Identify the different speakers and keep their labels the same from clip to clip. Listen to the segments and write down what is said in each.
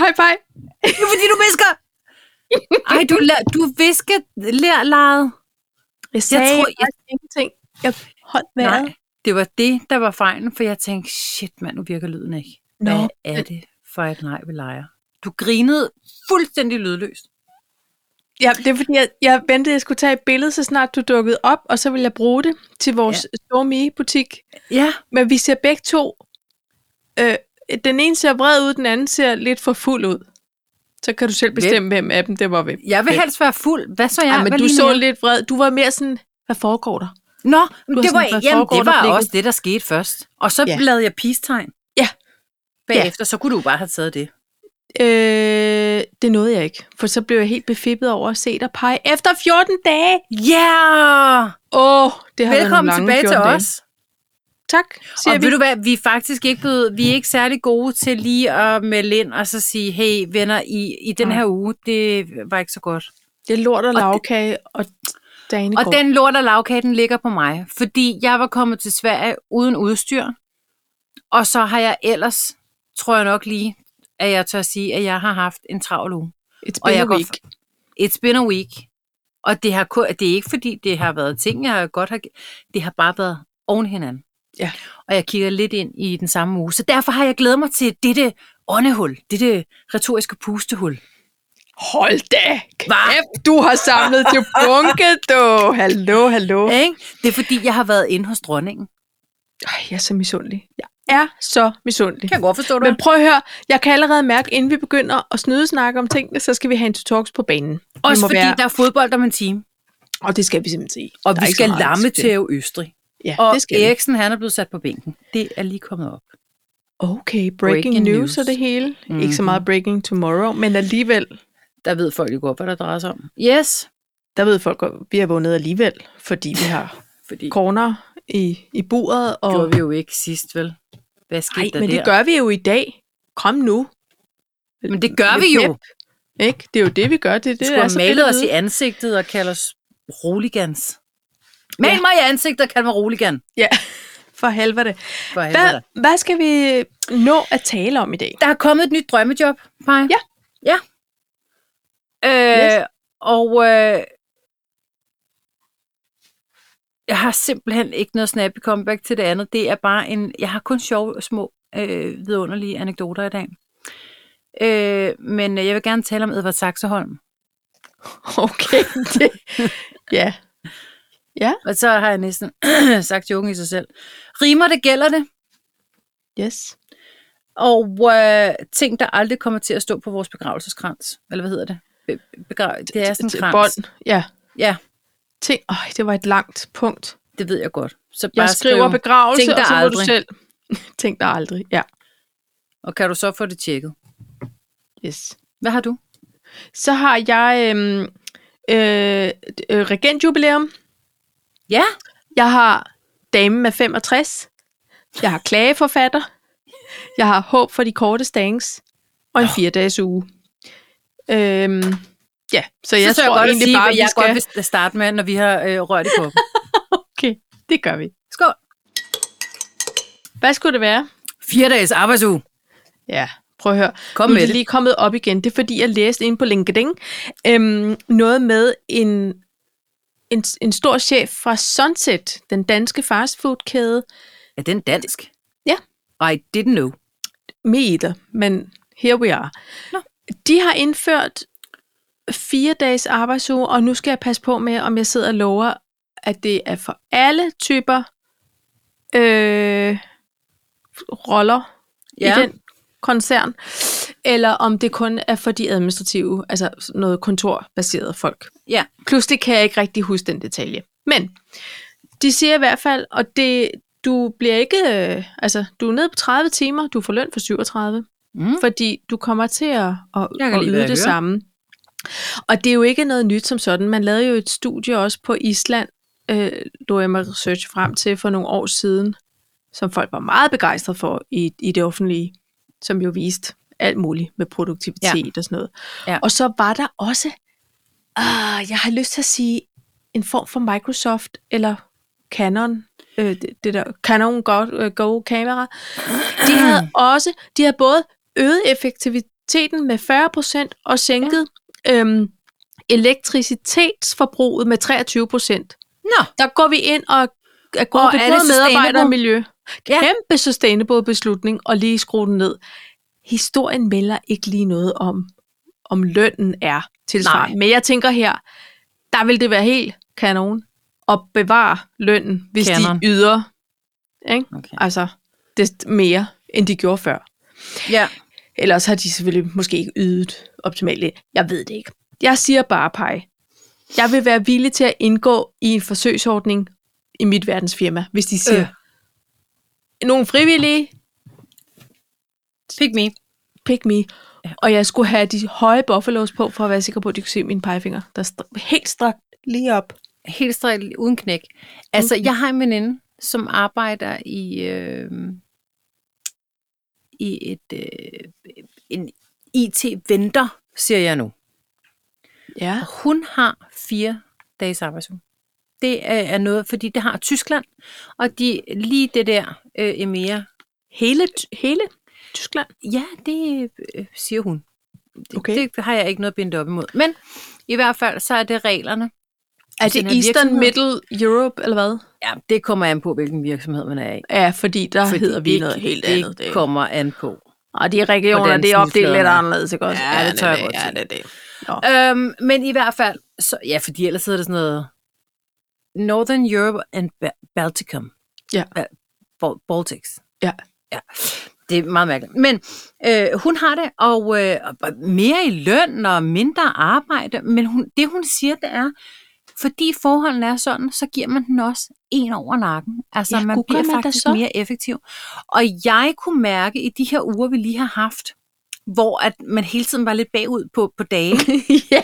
Speaker 1: High five.
Speaker 2: Det er fordi, du visker. Ej, du, la- du visker lærlejet.
Speaker 1: Jeg sagde jeg tror,
Speaker 2: tror,
Speaker 1: jeg... ingenting. Jeg holdt vejret.
Speaker 2: Nej, det var det, der var fejlen, for jeg tænkte, shit mand, nu virker lyden ikke.
Speaker 1: Nå.
Speaker 2: Hvad er det for et nej, vi leger? Du grinede fuldstændig lydløst.
Speaker 1: Ja, det er fordi, jeg, jeg ventede, at jeg skulle tage et billede, så snart du dukkede op, og så ville jeg bruge det til vores ja. store mie-butik.
Speaker 2: Ja.
Speaker 1: Men vi ser begge to... Øh, den ene ser vred ud, den anden ser lidt for fuld ud. Så kan du selv bestemme, hvem, hvem af dem det var hvem.
Speaker 2: Jeg vil helst være fuld. Hvad så jeg?
Speaker 1: Ja, men
Speaker 2: Hvad
Speaker 1: du
Speaker 2: ligner
Speaker 1: så
Speaker 2: jeg?
Speaker 1: lidt vred. Du var mere sådan, hvad foregår der?
Speaker 2: Nå, men
Speaker 1: har
Speaker 2: det var,
Speaker 1: sådan, hvad
Speaker 2: jamen,
Speaker 1: foregår
Speaker 2: det
Speaker 1: der
Speaker 2: var
Speaker 1: blikket?
Speaker 2: også det, der skete først. Og så
Speaker 1: Ja.
Speaker 2: ja. lavede jeg peace-tegn.
Speaker 1: Ja.
Speaker 2: Bagefter, så kunne du jo bare have taget det.
Speaker 1: Øh, det nåede jeg ikke, for så blev jeg helt befippet over at se dig pege efter 14 dage.
Speaker 2: Ja! Yeah!
Speaker 1: Åh, oh, det har været nogle
Speaker 2: Velkommen
Speaker 1: lange
Speaker 2: tilbage til
Speaker 1: 14 dage.
Speaker 2: os.
Speaker 1: Tak, siger
Speaker 2: Og
Speaker 1: vi.
Speaker 2: ved du hvad, vi er faktisk ikke, blevet, vi er ikke særlig gode til lige at melde ind og så sige, hey venner, i, i den
Speaker 1: Nej.
Speaker 2: her uge, det var ikke så godt.
Speaker 1: Det er lort og
Speaker 2: det-
Speaker 1: lavkage, og dagen
Speaker 2: Og den lort og lavkagen ligger på mig, fordi jeg var kommet til Sverige uden udstyr, og så har jeg ellers, tror jeg nok lige, at jeg tør sige, at jeg har haft en travl uge.
Speaker 1: It's
Speaker 2: og
Speaker 1: been
Speaker 2: jeg
Speaker 1: a
Speaker 2: går
Speaker 1: week.
Speaker 2: It's been a week. Og det, har, kun- det er ikke fordi, det har været ting, jeg godt har... Det har bare været oven hinanden.
Speaker 1: Ja.
Speaker 2: Og jeg kigger lidt ind i den samme uge. Så derfor har jeg glædet mig til dette åndehul. Dette retoriske pustehul.
Speaker 1: Hold da
Speaker 2: Hva?
Speaker 1: kæft, du har samlet til bunke, du. Hallo, hallo.
Speaker 2: Ikke? Det er fordi, jeg har været inde hos dronningen.
Speaker 1: Ej, jeg er så misundelig. Jeg er så misundelig.
Speaker 2: jeg godt forstå
Speaker 1: Men prøv at høre, jeg kan allerede mærke, inden vi begynder at snyde snakke om tingene, så skal vi have en talks på banen. Vi
Speaker 2: Også
Speaker 1: må
Speaker 2: fordi,
Speaker 1: være-
Speaker 2: der er fodbold om en time.
Speaker 1: Og det skal vi simpelthen sige.
Speaker 2: Og
Speaker 1: Der er
Speaker 2: vi
Speaker 1: ikke så
Speaker 2: skal
Speaker 1: meget at
Speaker 2: lamme
Speaker 1: diskutere.
Speaker 2: til Østrig.
Speaker 1: Ja,
Speaker 2: Og
Speaker 1: det skal vi.
Speaker 2: Eriksen, han er blevet sat på bænken. Det er lige kommet op.
Speaker 1: Okay, breaking,
Speaker 2: Breaking
Speaker 1: news,
Speaker 2: news.
Speaker 1: og det hele. Mm-hmm. Ikke så
Speaker 2: Mhm.
Speaker 1: meget breaking tomorrow, men alligevel,
Speaker 2: Der ved folk jo godt, hvad der drejer sig om. Yes.
Speaker 1: der ved folk, at vi har vundet alligevel, fordi vi har
Speaker 2: Fordi
Speaker 1: corner i, i buret. Og...
Speaker 2: gjorde vi jo ikke sidst, vel? Hvad skete
Speaker 1: Nej,
Speaker 2: der
Speaker 1: men
Speaker 2: der?
Speaker 1: det gør vi jo i dag. Kom nu.
Speaker 2: Men det gør
Speaker 1: Lidt
Speaker 2: vi jo.
Speaker 1: pep, Ikke? Det er jo det, vi gør. Det, er det altså,
Speaker 2: Det
Speaker 1: der er
Speaker 2: skulle
Speaker 1: så
Speaker 2: have
Speaker 1: fedt
Speaker 2: malet
Speaker 1: at
Speaker 2: os i
Speaker 1: vide.
Speaker 2: ansigtet og kalde os roligans. Mal
Speaker 1: Ja.
Speaker 2: mig i ansigtet og kald mig roligan.
Speaker 1: Ja, for helvede.
Speaker 2: For helvede da.
Speaker 1: Hvad, hvad skal vi nå at tale om i dag?
Speaker 2: Der er kommet et nyt drømmejob, Paj.
Speaker 1: Ja.
Speaker 2: Ja. Øh, yes. Og øh, jeg har simpelthen ikke noget snappy comeback til det andet. Det er bare en... Jeg har kun sjove, små, øh, vidunderlige anekdoter i dag. Øh, men jeg vil gerne tale om Edvard Saxeholm.
Speaker 1: Okay. Det, ja.
Speaker 2: Og så har jeg næsten sagt joken i sig selv. Rimer det gælder det,
Speaker 1: Yes.
Speaker 2: og øh, ting, der aldrig kommer til at stå på vores begravelseskrans. Eller hvad hedder det? Be- begrav- det er sådan
Speaker 1: Til
Speaker 2: en krans.
Speaker 1: Bånd. Ja.
Speaker 2: Ja,
Speaker 1: Ting. Øj, det var et langt punkt.
Speaker 2: det ved jeg godt. Så bare
Speaker 1: Jeg skriver
Speaker 2: skriv,
Speaker 1: begravelse,
Speaker 2: "Tænk
Speaker 1: og
Speaker 2: dig
Speaker 1: så må du
Speaker 2: aldrig."
Speaker 1: selv. Tænk dig aldrig. Ja.
Speaker 2: og kan du så få det tjekket?
Speaker 1: Yes.
Speaker 2: Hvad har du?
Speaker 1: Så har jeg øhm, øh, øh, regentjubilæum.
Speaker 2: Ja,
Speaker 1: Jeg har Damen med 65. Jeg har Klageforfatter. Jeg har Håb for de korte stangs. Og en fire dages uge. Øhm, ja, så jeg
Speaker 2: så tør
Speaker 1: tror
Speaker 2: jeg godt at
Speaker 1: egentlig
Speaker 2: sige,
Speaker 1: bare,
Speaker 2: hvad
Speaker 1: vi
Speaker 2: jeg
Speaker 1: skal...
Speaker 2: godt vil starte med, når vi har øh, rørt i koppen.
Speaker 1: Okay, det gør vi.
Speaker 2: Skål.
Speaker 1: Hvad skulle det være?
Speaker 2: Fire dages arbejdsuge.
Speaker 1: Ja, prøv at høre.
Speaker 2: Kom
Speaker 1: nu
Speaker 2: med
Speaker 1: er det
Speaker 2: det.
Speaker 1: lige kommet op igen. Det er fordi, jeg læste inde på LinkedIn øhm, noget med en, en, en stor chef fra Sunset, den danske fastfoodkæde,
Speaker 2: Er den dansk?
Speaker 1: Ja.
Speaker 2: I didn't know.
Speaker 1: med i det, men here we are.
Speaker 2: Nå.
Speaker 1: De har indført fire dages arbejdsuge, og nu skal jeg passe på med, om jeg sidder og lover, at det er for alle typer øh, roller ja. i den koncern, eller om det kun er for de administrative, altså sådan noget kontorbaseret folk.
Speaker 2: ja.
Speaker 1: Pludselig kan jeg ikke rigtig huske den detalje. Men de siger i hvert fald, og det, du bliver ikke, øh, altså du er nede på 30 timer, du får løn for 37,
Speaker 2: Mm.
Speaker 1: fordi du kommer til at, at,
Speaker 2: Jeg kan
Speaker 1: at yde
Speaker 2: lide, hvad
Speaker 1: det
Speaker 2: jeg hører.
Speaker 1: samme. Og det er jo ikke noget nyt som sådan. Man lavede jo et studie også på Island, øh, lå jeg mig research frem til for nogle år siden, som folk var meget begejstrede for i, i det offentlige, som jo viste alt muligt med produktivitet ja. og sådan noget.
Speaker 2: Ja.
Speaker 1: Og så var der også, ah, jeg har lyst til at sige, en form for Microsoft eller Canon, øh, det, det der Canon Go, øh, Go kamera. De havde også, de havde både øget effektivi- produktiviteten med 40% og sænket ja. øhm, elektricitetsforbruget med 23%.
Speaker 2: Nå,
Speaker 1: Der går vi ind og og går
Speaker 2: Og
Speaker 1: på
Speaker 2: er det
Speaker 1: både medarbejdere
Speaker 2: sustainable?
Speaker 1: og miljø.
Speaker 2: Ja.
Speaker 1: Kæmpe ja. sustainable beslutning og lige skrue den ned. Historien melder ikke lige noget om, om lønnen er tilsvarende. Men jeg tænker her, der vil det være helt kanon at bevare lønnen, hvis
Speaker 2: Kanon.
Speaker 1: Canon. de yder ikke?
Speaker 2: Okay.
Speaker 1: Altså, det mere, end de gjorde før.
Speaker 2: ja.
Speaker 1: Ellers har de selvfølgelig måske ikke ydet optimalt. ind. Jeg ved det ikke. Jeg siger bare pej. Jeg vil være villig til at indgå i en forsøgsordning i mit verdensfirma, hvis de siger,
Speaker 2: Øh.
Speaker 1: øh. nogle frivillige,
Speaker 2: Pick me.
Speaker 1: pick me.
Speaker 2: Ja.
Speaker 1: Ja. Og jeg skulle have de høje buffalos på, for at være sikker på, at de kunne se mine pegefinger, der str- helt strakt lige op.
Speaker 2: Helt straight, uden knæk. Altså, jeg har en veninde, som arbejder i, øh, i et, øh, en IT-venter, siger jeg nu.
Speaker 1: Ja.
Speaker 2: Og hun har fire dages arbejdsuge. Det øh, er noget, fordi det har Tyskland, og de lige det der øh, EMEA.
Speaker 1: Hele, hele Tyskland.
Speaker 2: Ja, det øh, siger hun. Det,
Speaker 1: Okay.
Speaker 2: det har jeg ikke noget at binde det op imod. Men i hvert fald, så er det reglerne.
Speaker 1: Er
Speaker 2: den
Speaker 1: det
Speaker 2: her
Speaker 1: Eastern
Speaker 2: virksomhed-
Speaker 1: Middle Europe, eller hvad?
Speaker 2: Ja, det kommer an på, hvilken virksomhed man er i.
Speaker 1: Ja, fordi der fordi hedder vi
Speaker 2: det,
Speaker 1: noget helt
Speaker 2: det
Speaker 1: andet.
Speaker 2: Det kommer an på.
Speaker 1: Og de regioner,
Speaker 2: Hvordan
Speaker 1: det er opdelt
Speaker 2: snitfladen
Speaker 1: lidt
Speaker 2: er.
Speaker 1: anderledes, ikke også?
Speaker 2: Ja, det tør jeg godt
Speaker 1: Ja,
Speaker 2: se.
Speaker 1: det er det.
Speaker 2: Øhm, men i hvert fald, så, ja, fordi ellers hedder det sådan noget Northern Europe and Ba- Balticum.
Speaker 1: Ja.
Speaker 2: Ba- Bal- Baltics.
Speaker 1: Ja.
Speaker 2: ja. Det er meget mærkeligt. Men øh, hun har det, og øh, og mere i løn og mindre arbejde, men hun, det hun siger, det er, fordi forholdene er sådan, så giver man den også en over nakken. Altså,
Speaker 1: Ja,
Speaker 2: ja, man
Speaker 1: gud, gør
Speaker 2: bliver
Speaker 1: man da
Speaker 2: faktisk
Speaker 1: så?
Speaker 2: mere effektiv. Og jeg kunne mærke i de her uger, vi lige har haft, hvor at man hele tiden var lidt bagud på, på dage,
Speaker 1: ja,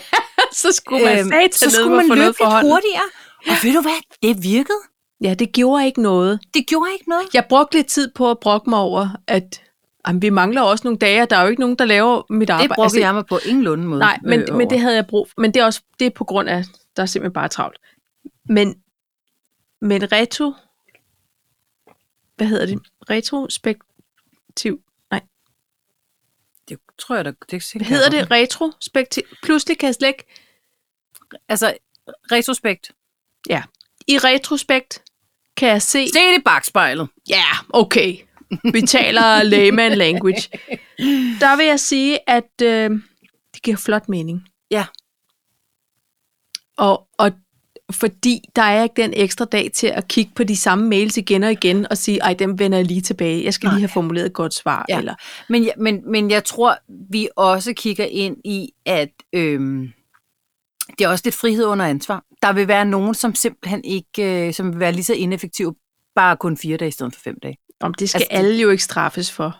Speaker 1: så skulle man øhm,
Speaker 2: så skulle man løbe lidt hurtigere. Og ved du hvad? Det virkede.
Speaker 1: Ja, det gjorde ikke noget.
Speaker 2: Det gjorde ikke noget.
Speaker 1: Jeg brugte lidt tid på at brokke mig over, at jamen, vi mangler også nogle dage, og der er jo ikke nogen, der laver mit arbejde.
Speaker 2: Det brugte altså, jeg mig på ingenlunde måde.
Speaker 1: Nej, men, øh, men det
Speaker 2: over.
Speaker 1: havde jeg brug for. Men det er også det er på grund af, der er simpelthen bare travlt. Men, men retro... Hvad hedder det? Retrospektiv...
Speaker 2: det tror jeg da... Det, det
Speaker 1: Hvad hedder det? Retrospektiv... Pludselig kan jeg slet ikke...
Speaker 2: Altså, retrospekt.
Speaker 1: I retrospekt kan jeg se...
Speaker 2: Se det i bagspejlet.
Speaker 1: Ja, yeah, okay. Vi taler layman language. Der vil jeg sige, at øh, det giver flot mening.
Speaker 2: Ja.
Speaker 1: Og, og fordi der er ikke den ekstra dag til at kigge på de samme mails igen og igen og sige, ej, dem vender jeg lige tilbage. Jeg skal Nej.
Speaker 2: Nej.
Speaker 1: lige have formuleret et godt svar.
Speaker 2: Ja.
Speaker 1: Ja. Eller,
Speaker 2: Men, jeg- men, men jeg tror, vi også kigger ind i, at øhm, det er også lidt frihed under ansvar. Der vil være nogen, som simpelthen ikke... Øh, som vil være lige så ineffektive bare kun fire dage i stedet for fem dage.
Speaker 1: om det skal
Speaker 2: Altså,
Speaker 1: altså,
Speaker 2: det-
Speaker 1: alle jo ikke straffes for. Det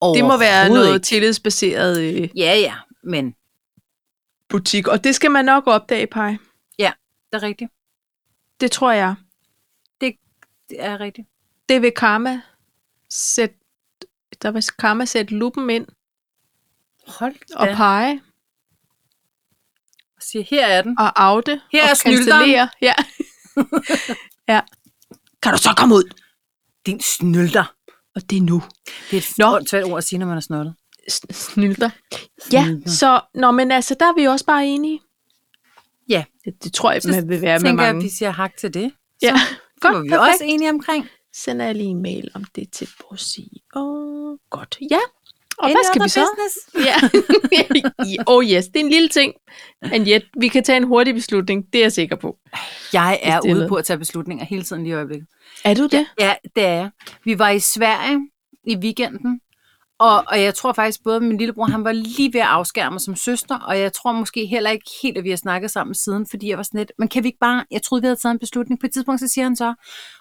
Speaker 1: må være
Speaker 2: Overhovedet
Speaker 1: noget
Speaker 2: ikke.
Speaker 1: tillidsbaseret øh,
Speaker 2: Ja, ja, men
Speaker 1: butik, og det skal man nok opdage, Paj.
Speaker 2: det er rigtigt.
Speaker 1: Det tror jeg.
Speaker 2: Det er rigtigt.
Speaker 1: det vil karma sætte, der vil karma sætte lupen ind
Speaker 2: Hold
Speaker 1: og pege
Speaker 2: og siger, her er den.
Speaker 1: og afte
Speaker 2: Her
Speaker 1: og
Speaker 2: er snylderen.
Speaker 1: cancellere. Ja. ja. Kan du så komme ud?
Speaker 2: Din snylder.
Speaker 1: Og det er nu.
Speaker 2: Det er et
Speaker 1: Nå.
Speaker 2: åndssvagt ord at sige, når man er snottet.
Speaker 1: S- Snylder. Ja,
Speaker 2: Snylder.
Speaker 1: så, nå, men altså, der er vi også bare enige.
Speaker 2: Ja.
Speaker 1: Det, det tror jeg,
Speaker 2: Så
Speaker 1: man vil være med
Speaker 2: Tænker jeg, at
Speaker 1: mange.
Speaker 2: vi siger hak til det.
Speaker 1: ja.
Speaker 2: Det var
Speaker 1: Godt,
Speaker 2: vi
Speaker 1: perfekt.
Speaker 2: også enige omkring.
Speaker 1: Sender jeg lige en mail om det til vores CEO. Godt, ja. Og
Speaker 2: Any
Speaker 1: hvad skal
Speaker 2: other
Speaker 1: vi så?
Speaker 2: business?
Speaker 1: Ja. oh yes, det er en lille ting. And yet, vi kan tage en hurtig beslutning. Det er jeg sikker på.
Speaker 2: Jeg
Speaker 1: Hvis det
Speaker 2: er
Speaker 1: er
Speaker 2: ude
Speaker 1: noget.
Speaker 2: på at tage beslutninger hele tiden lige i øjeblikket.
Speaker 1: Er du det?
Speaker 2: Ja, det er jeg. Vi var i Sverige i weekenden, og, og jeg tror faktisk både min lillebror, han var lige ved at afskære mig som søster, og jeg tror måske heller ikke helt, at vi har snakket sammen siden, fordi jeg var sådan lidt, men kan vi ikke bare, jeg troede, vi havde taget en beslutning. På et tidspunkt, så siger han så,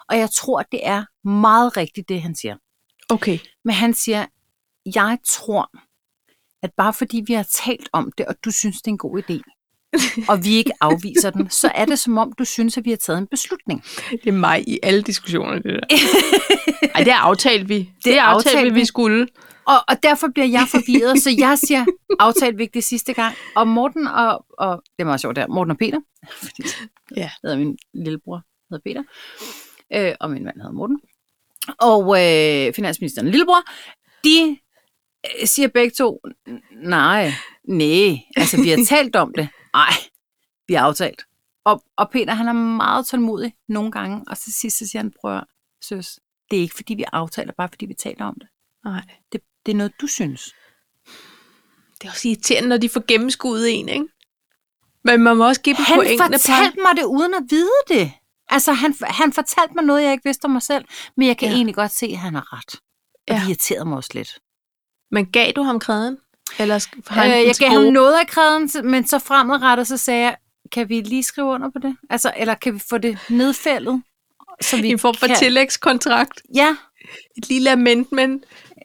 Speaker 2: og jeg tror, det er meget rigtigt, det han siger.
Speaker 1: Okay.
Speaker 2: Men han siger, jeg tror, at bare fordi vi har talt om det, og du synes, det er en god idé, og vi ikke afviser den, så er det som om, du synes, at vi har taget en beslutning.
Speaker 1: Det er mig i alle diskussioner, det der. Ej, det er aftalt vi. Det, det er aftalt,
Speaker 2: aftalte
Speaker 1: aftalt vi.
Speaker 2: vi.
Speaker 1: vi skulle.
Speaker 2: Og, og derfor bliver jeg forvirret, så jeg siger, aftalt vigtigt sidste gang. Og Morten og, og, det er meget sjovt der, Morten og Peter, fordi
Speaker 1: Ja.
Speaker 2: jeg hedder min lillebror, hedder Peter, øh, og min mand hedder Morten, og øh, finansministeren lillebror, de øh, siger begge to, "N- nej, nej, altså vi har talt om det. Nej, vi har aftalt. Og, og Peter, han er meget tålmodig nogle gange, og til sidst så siger han, prøv at høre, søs, det er ikke fordi vi aftaler, bare fordi vi taler om det.
Speaker 1: Nej.
Speaker 2: Det, det er noget, du synes.
Speaker 1: Det er også irriterende, når de får gennemskuet en, ikke? Men man må også give dem
Speaker 2: Han
Speaker 1: pointene
Speaker 2: fortalte mig det uden at vide det. Altså, han, han fortalte mig noget, jeg ikke vidste om mig selv, men jeg kan
Speaker 1: Ja.
Speaker 2: ja. egentlig godt se, at han har ret. Og
Speaker 1: Ja.
Speaker 2: det irriterede mig også lidt.
Speaker 1: Men gav du ham kræden? Eller sk- har
Speaker 2: Øh,
Speaker 1: han den
Speaker 2: jeg
Speaker 1: til
Speaker 2: gav
Speaker 1: gode?
Speaker 2: ham noget af kræden, så- men så fremadrettet, så sagde jeg, kan vi lige skrive under på det? Altså, eller kan vi få det nedfældet? Så vi
Speaker 1: en form for
Speaker 2: kan-
Speaker 1: tillægskontrakt.
Speaker 2: Ja,
Speaker 1: Et lille amendment.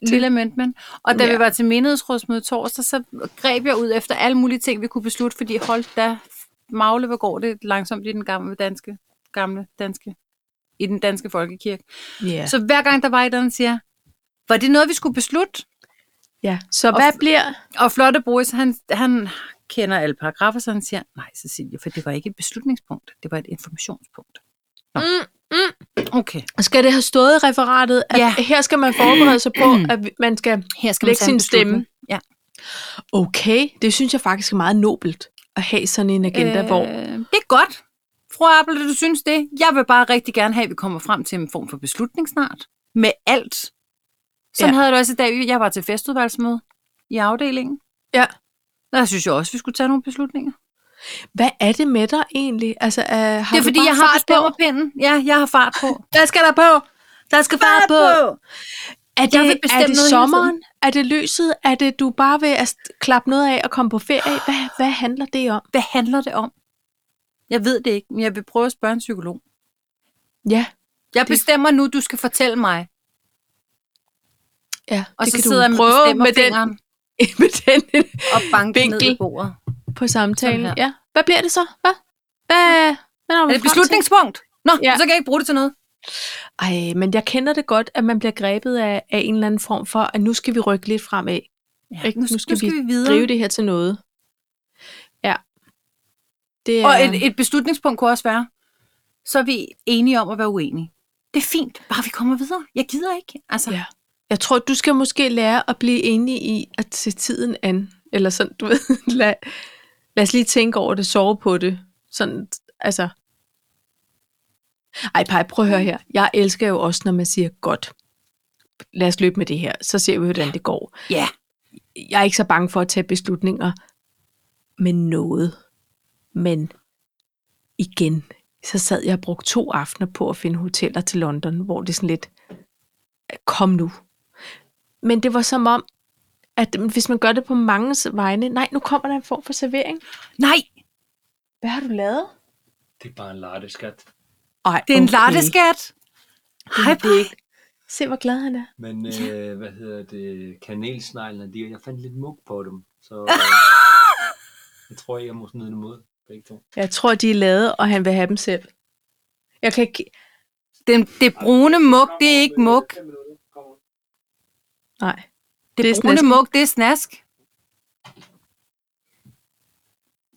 Speaker 2: lille amendment. Og da
Speaker 1: Ja.
Speaker 2: vi var til menighedsrådsmøde torsdag, så greb jeg ud efter alle mulige ting, vi kunne beslutte, fordi hold da, magle, hvor går det langsomt i den gamle danske, gamle danske, i den danske folkekirke.
Speaker 1: Ja. Så,
Speaker 2: Så hver gang der var et eller andet, siger jeg, var det noget, vi skulle beslutte?
Speaker 1: ja. så hvad
Speaker 2: Og-
Speaker 1: bliver...
Speaker 2: Og Flotte Boris, han, han kender alle paragrafer, så han siger, nej Cecilie, for det var ikke et beslutningspunkt, det var et informationspunkt. Nå.
Speaker 1: Mm,
Speaker 2: Okay.
Speaker 1: skal det have stået i referatet, at ja. Mm.
Speaker 2: Ja.
Speaker 1: her skal man forberede sig på, at vi- man skal...
Speaker 2: Her skal
Speaker 1: Læg
Speaker 2: tage en
Speaker 1: sin stemme.
Speaker 2: beslutning. Ja.
Speaker 1: Okay, det synes jeg faktisk er meget nobelt at have sådan en agenda, øh, hvor...
Speaker 2: Det er godt. Fru Apple, du synes det. Jeg vil bare rigtig gerne have, at vi kommer frem til en form for beslutning snart. Med alt. Sådan
Speaker 1: Ja.
Speaker 2: ja. havde jeg det også i dag. Jeg var til festudvalgsmøde i afdelingen.
Speaker 1: Ja.
Speaker 2: Der synes jeg også, vi skulle tage nogle beslutninger.
Speaker 1: Hvad er det med dig egentlig? Altså, øh, har
Speaker 2: det er
Speaker 1: du
Speaker 2: fordi,
Speaker 1: bare
Speaker 2: jeg har
Speaker 1: fart på?
Speaker 2: bestemmerpinden. Ja, jeg har fart på.
Speaker 1: Der skal der på! Der skal fart, på! Er det,
Speaker 2: Jeg vil bestemme
Speaker 1: er det
Speaker 2: noget hele
Speaker 1: sommeren? Er det lyset? Er det, du bare vil at klappe noget af og komme på ferie? Hvad, hvad handler det om?
Speaker 2: Hvad handler det om? Jeg ved det ikke, men jeg vil prøve at spørge en psykolog.
Speaker 1: Ja,
Speaker 2: Jeg
Speaker 1: Det-
Speaker 2: bestemmer nu, du skal fortælle mig.
Speaker 1: ja.
Speaker 2: Og
Speaker 1: det
Speaker 2: så
Speaker 1: kan
Speaker 2: sidder jeg
Speaker 1: du
Speaker 2: med
Speaker 1: prøve med den,
Speaker 2: bestemmerfingeren
Speaker 1: med den
Speaker 2: og banker ned
Speaker 1: vinkel.
Speaker 2: i bordet.
Speaker 1: på samtalen.
Speaker 2: Sådan
Speaker 1: Ja. Hvad bliver det så? Hvad? Hvad? Hvad når
Speaker 2: Er det et beslutningspunkt? Nå,
Speaker 1: Ja.
Speaker 2: ja. så kan jeg ikke bruge det til noget.
Speaker 1: Ej, men jeg kender det godt, at man bliver grebet af, af en eller anden form for, at nu skal vi rykke lidt fremad.
Speaker 2: Ja,
Speaker 1: Ikke? Nu skal vi
Speaker 2: videre.
Speaker 1: Drive det her til noget. Ja. Det er,
Speaker 2: Og et, et beslutningspunkt kunne også være, så er vi enige om at være uenige. Det er fint, bare vi kommer videre. Jeg gider ikke. Altså,
Speaker 1: Ja. Jeg tror, du skal måske lære at blive enig i at tage tiden an. Eller sådan, du ved. Lad, lad os lige tænke over det, sove på det. Sådan, altså. Ej, Paj, prøv at høre her. Jeg elsker jo også, når man siger, godt, lad os løbe med det her. Så ser vi, hvordan det går.
Speaker 2: ja.
Speaker 1: Jeg er ikke så bange for at tage beslutninger med noget. Men igen, så sad jeg og brugte to aftener på at finde hoteller til London, hvor det sådan lidt, kom nu. Men det var som om, at hvis man gør det på manges vegne, nej, nu kommer der en form for servering.
Speaker 2: Nej,
Speaker 1: Hvad har du lavet?
Speaker 3: Det er bare en latte, skat.
Speaker 1: Ej,
Speaker 2: det er en okay. latteskat. Hej,
Speaker 1: det er
Speaker 2: det
Speaker 1: ikke- Se, hvor glad han er.
Speaker 3: Men øh, hvad hedder det? Kanelsneglene, de, jeg fandt lidt mug på dem. Så øh, jeg tror, jeg må smide dem ud. Begge to.
Speaker 1: Jeg tror, de er lavet, og han vil have dem selv. Jeg kan ikke...
Speaker 2: den, det brune mug, det er ikke mug.
Speaker 1: Nej.
Speaker 2: Det,
Speaker 1: Det
Speaker 2: det
Speaker 1: er
Speaker 2: brune
Speaker 1: snask.
Speaker 2: mug, det er snask.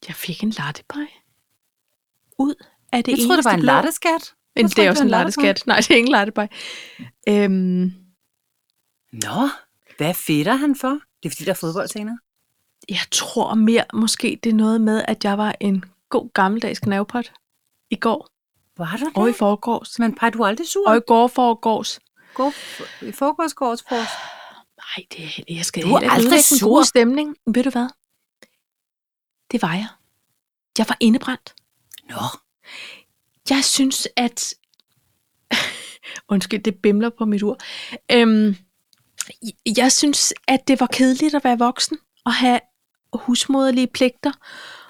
Speaker 1: Jeg fik en lattepej. Ud af det
Speaker 2: Jeg troede, det var
Speaker 1: eneste
Speaker 2: en
Speaker 1: blad.
Speaker 2: latteskat.
Speaker 1: Men
Speaker 2: Jeg
Speaker 1: det
Speaker 2: troede,
Speaker 1: er
Speaker 2: det
Speaker 1: også
Speaker 2: var
Speaker 1: en
Speaker 2: en lattepej.
Speaker 1: latteskat. Nej, det er ikke en lattepej. Øhm,
Speaker 2: Nå, hvad fedter han for? Det er fordi, der er fodbold senere.
Speaker 1: jeg tror mere måske, det er noget med, at jeg var en god gammeldags knavpot i går
Speaker 2: Var du
Speaker 1: og i
Speaker 2: det?
Speaker 1: forgårs.
Speaker 2: Men par, du er aldrig sur.
Speaker 1: Og i går forgårs.
Speaker 2: God, I forgårsgårdsfors.
Speaker 1: Nej, det er heller- jeg skal
Speaker 2: Du er
Speaker 1: heller ikke
Speaker 2: aldrig
Speaker 1: ødelægge den gode
Speaker 2: sur.
Speaker 1: stemning. Men Ved du hvad? Det var jeg. Jeg var indebrændt.
Speaker 2: Nå,
Speaker 1: Jeg synes, at... Undskyld, det bimler på mit ur. Øhm, jeg- jeg synes, at det var kedeligt at være voksen og have husmoderlige pligter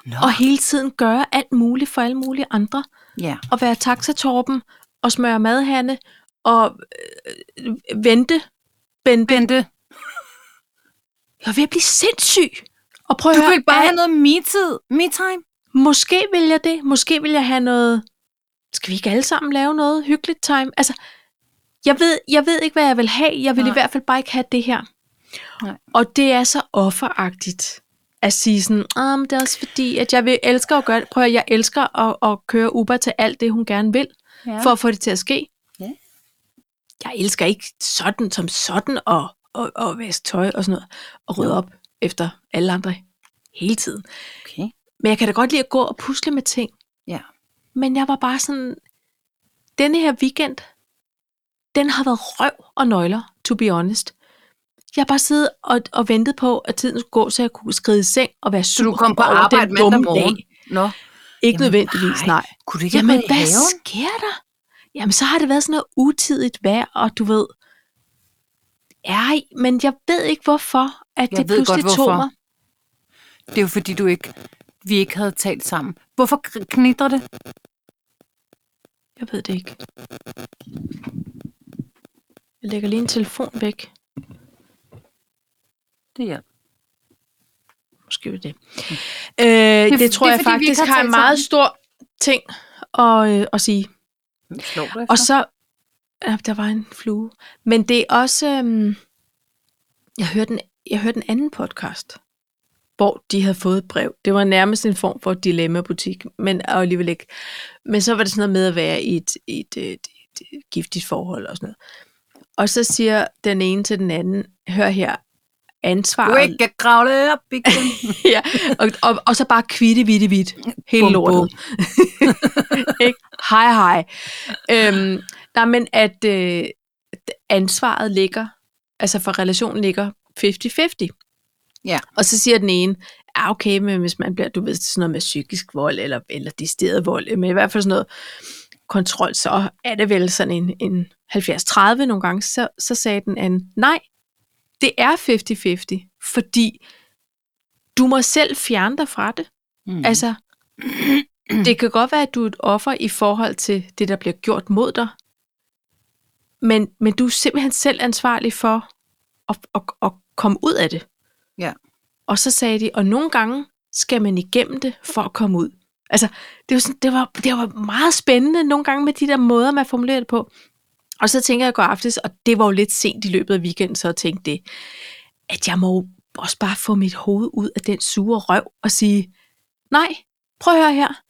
Speaker 2: nå.
Speaker 1: og hele tiden gøre alt muligt for alle mulige andre.
Speaker 2: Ja.
Speaker 1: at være taxatorpen og smøre madhande og øh, vente. Bente.
Speaker 2: Bente,
Speaker 1: Jeg er ved at blive sindssyg. Og prøv at
Speaker 2: du
Speaker 1: høre,
Speaker 2: vil bare
Speaker 1: at-
Speaker 2: have noget me-tid. Me-time.
Speaker 1: måske vil jeg det. Måske vil jeg have noget... Skal vi ikke alle sammen lave noget hyggeligt time? Altså, jeg ved, jeg ved ikke, hvad jeg vil have. Jeg vil Nej.
Speaker 2: Nej.
Speaker 1: i hvert fald bare ikke have det her.
Speaker 2: Nej.
Speaker 1: Og det er så offeragtigt at sige sådan, ah, men det er også fordi, at jeg vil, elsker at gøre det. Prøv at, høre, jeg elsker at, at køre Uber til alt det, hun gerne vil.
Speaker 2: Ja.
Speaker 1: for at få det til at ske.
Speaker 2: Ja.
Speaker 1: Jeg elsker ikke sådan som sådan at, og, og vaske tøj og sådan noget, og rydde op efter alle andre hele tiden.
Speaker 2: Okay.
Speaker 1: Men jeg kan da godt lide at gå og pusle med ting.
Speaker 2: Ja.
Speaker 1: Men jeg var bare sådan, denne her weekend, den har været røv og nøgler, to be honest. Jeg har bare siddet og, og ventet på, at tiden skulle gå, så jeg kunne skride i seng og være
Speaker 2: Så
Speaker 1: sur
Speaker 2: du kom på
Speaker 1: over den
Speaker 2: arbejde mandag
Speaker 1: dumme
Speaker 2: morgen?
Speaker 1: Dag.
Speaker 2: Nå.
Speaker 1: Ikke
Speaker 2: Jamen,
Speaker 1: nødvendigvis,
Speaker 2: nej.
Speaker 1: nej.
Speaker 2: Kunne du ikke
Speaker 1: Jamen,
Speaker 2: have været i
Speaker 1: hvad
Speaker 2: haven?
Speaker 1: sker der? Jamen, så har det været sådan noget utidigt vejr, og du ved... Ej, men jeg ved ikke, hvorfor, at
Speaker 2: Jeg
Speaker 1: det
Speaker 2: ved godt,
Speaker 1: pludselig
Speaker 2: hvorfor.
Speaker 1: tog mig.
Speaker 2: Det er jo fordi, du ikke, vi ikke havde talt sammen. Hvorfor knitrer det?
Speaker 1: Jeg ved det ikke. Jeg lægger lige en telefon væk.
Speaker 2: Det er
Speaker 1: Måske det. Øh, det,
Speaker 2: Mm. det er
Speaker 1: det tror jeg
Speaker 2: fordi, vi ikke
Speaker 1: faktisk
Speaker 2: har
Speaker 1: har en
Speaker 2: talt
Speaker 1: meget stor ting at, øh, at sige.
Speaker 2: Slår det
Speaker 1: Og så, ja, der var en flue. Men det er også, øhm, jeg, hørte en, jeg hørte en anden podcast, hvor de havde fået et brev. Det var nærmest en form for dilemma-butik, men og alligevel ikke. Men så var det sådan noget med at være i et, i et, et, et, et giftigt forhold og sådan noget. Og så siger den ene til den anden, hør her, ansvaret.
Speaker 2: Du er ikke kravle op igen.
Speaker 1: ja, og, og, og så bare kvitte, vitte, vidt. Hele
Speaker 2: Bum,
Speaker 1: bum,
Speaker 2: bum.
Speaker 1: lortet. Ikke? hej, hej. Øhm, nej, men at øh, ansvaret ligger, altså for relationen ligger 50-50.
Speaker 2: Ja.
Speaker 1: Og så siger den ene, ja okay, men hvis man bliver, du ved, sådan noget med psykisk vold, eller, eller distilleret vold, øh, men i hvert fald sådan noget kontrol, så er det vel sådan en, en 70-30 nogle gange, så, så sagde den anden, nej, det er 50-50, fordi du må selv fjerne dig fra det.
Speaker 2: Mm.
Speaker 1: Mm. Altså, det kan godt være, at du er et offer i forhold til det, der bliver gjort mod dig. Men, men du er simpelthen selv ansvarlig for at, at, at komme ud af det.
Speaker 2: Ja.
Speaker 1: Og så sagde de, og nogle gange skal man igennem det for at komme ud. Altså, det var, sådan, det var, det var meget spændende nogle gange med de der måder, man formulerer det på. Og så tænker jeg i går aftes, og det var jo lidt sent i løbet af weekenden, så jeg tænkte det, at jeg må jo også bare få mit hoved ud af den sure røv og sige, nej, prøv at høre her,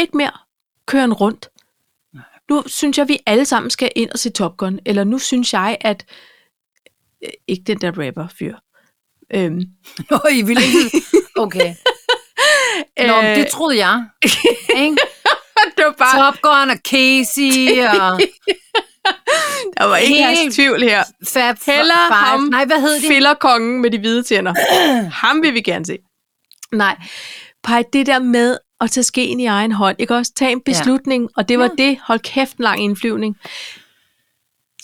Speaker 1: ikke mere køren rundt. Nu synes jeg, vi alle sammen skal ind og se Top Gun, eller nu synes jeg, at øh, ikke den der rapper fyr. Øhm,
Speaker 2: Nå, I ville ikke. Okay. Nå, men det troede jeg. Ikke?
Speaker 1: det var
Speaker 2: Top Gun og Casey og
Speaker 1: der var ingen
Speaker 2: Helt
Speaker 1: hans tvivl her.
Speaker 2: Fab
Speaker 1: Heller
Speaker 2: Five.
Speaker 1: ham
Speaker 2: Nej, hvad hed det?
Speaker 1: Filler kongen med de hvide tænder. ham vil vi gerne se. Nej, Pej, det der med at tage skeen i egen hånd, ikke også? Tag en beslutning, ja. og det var ja. det. Hold kæft, en lang indflyvning.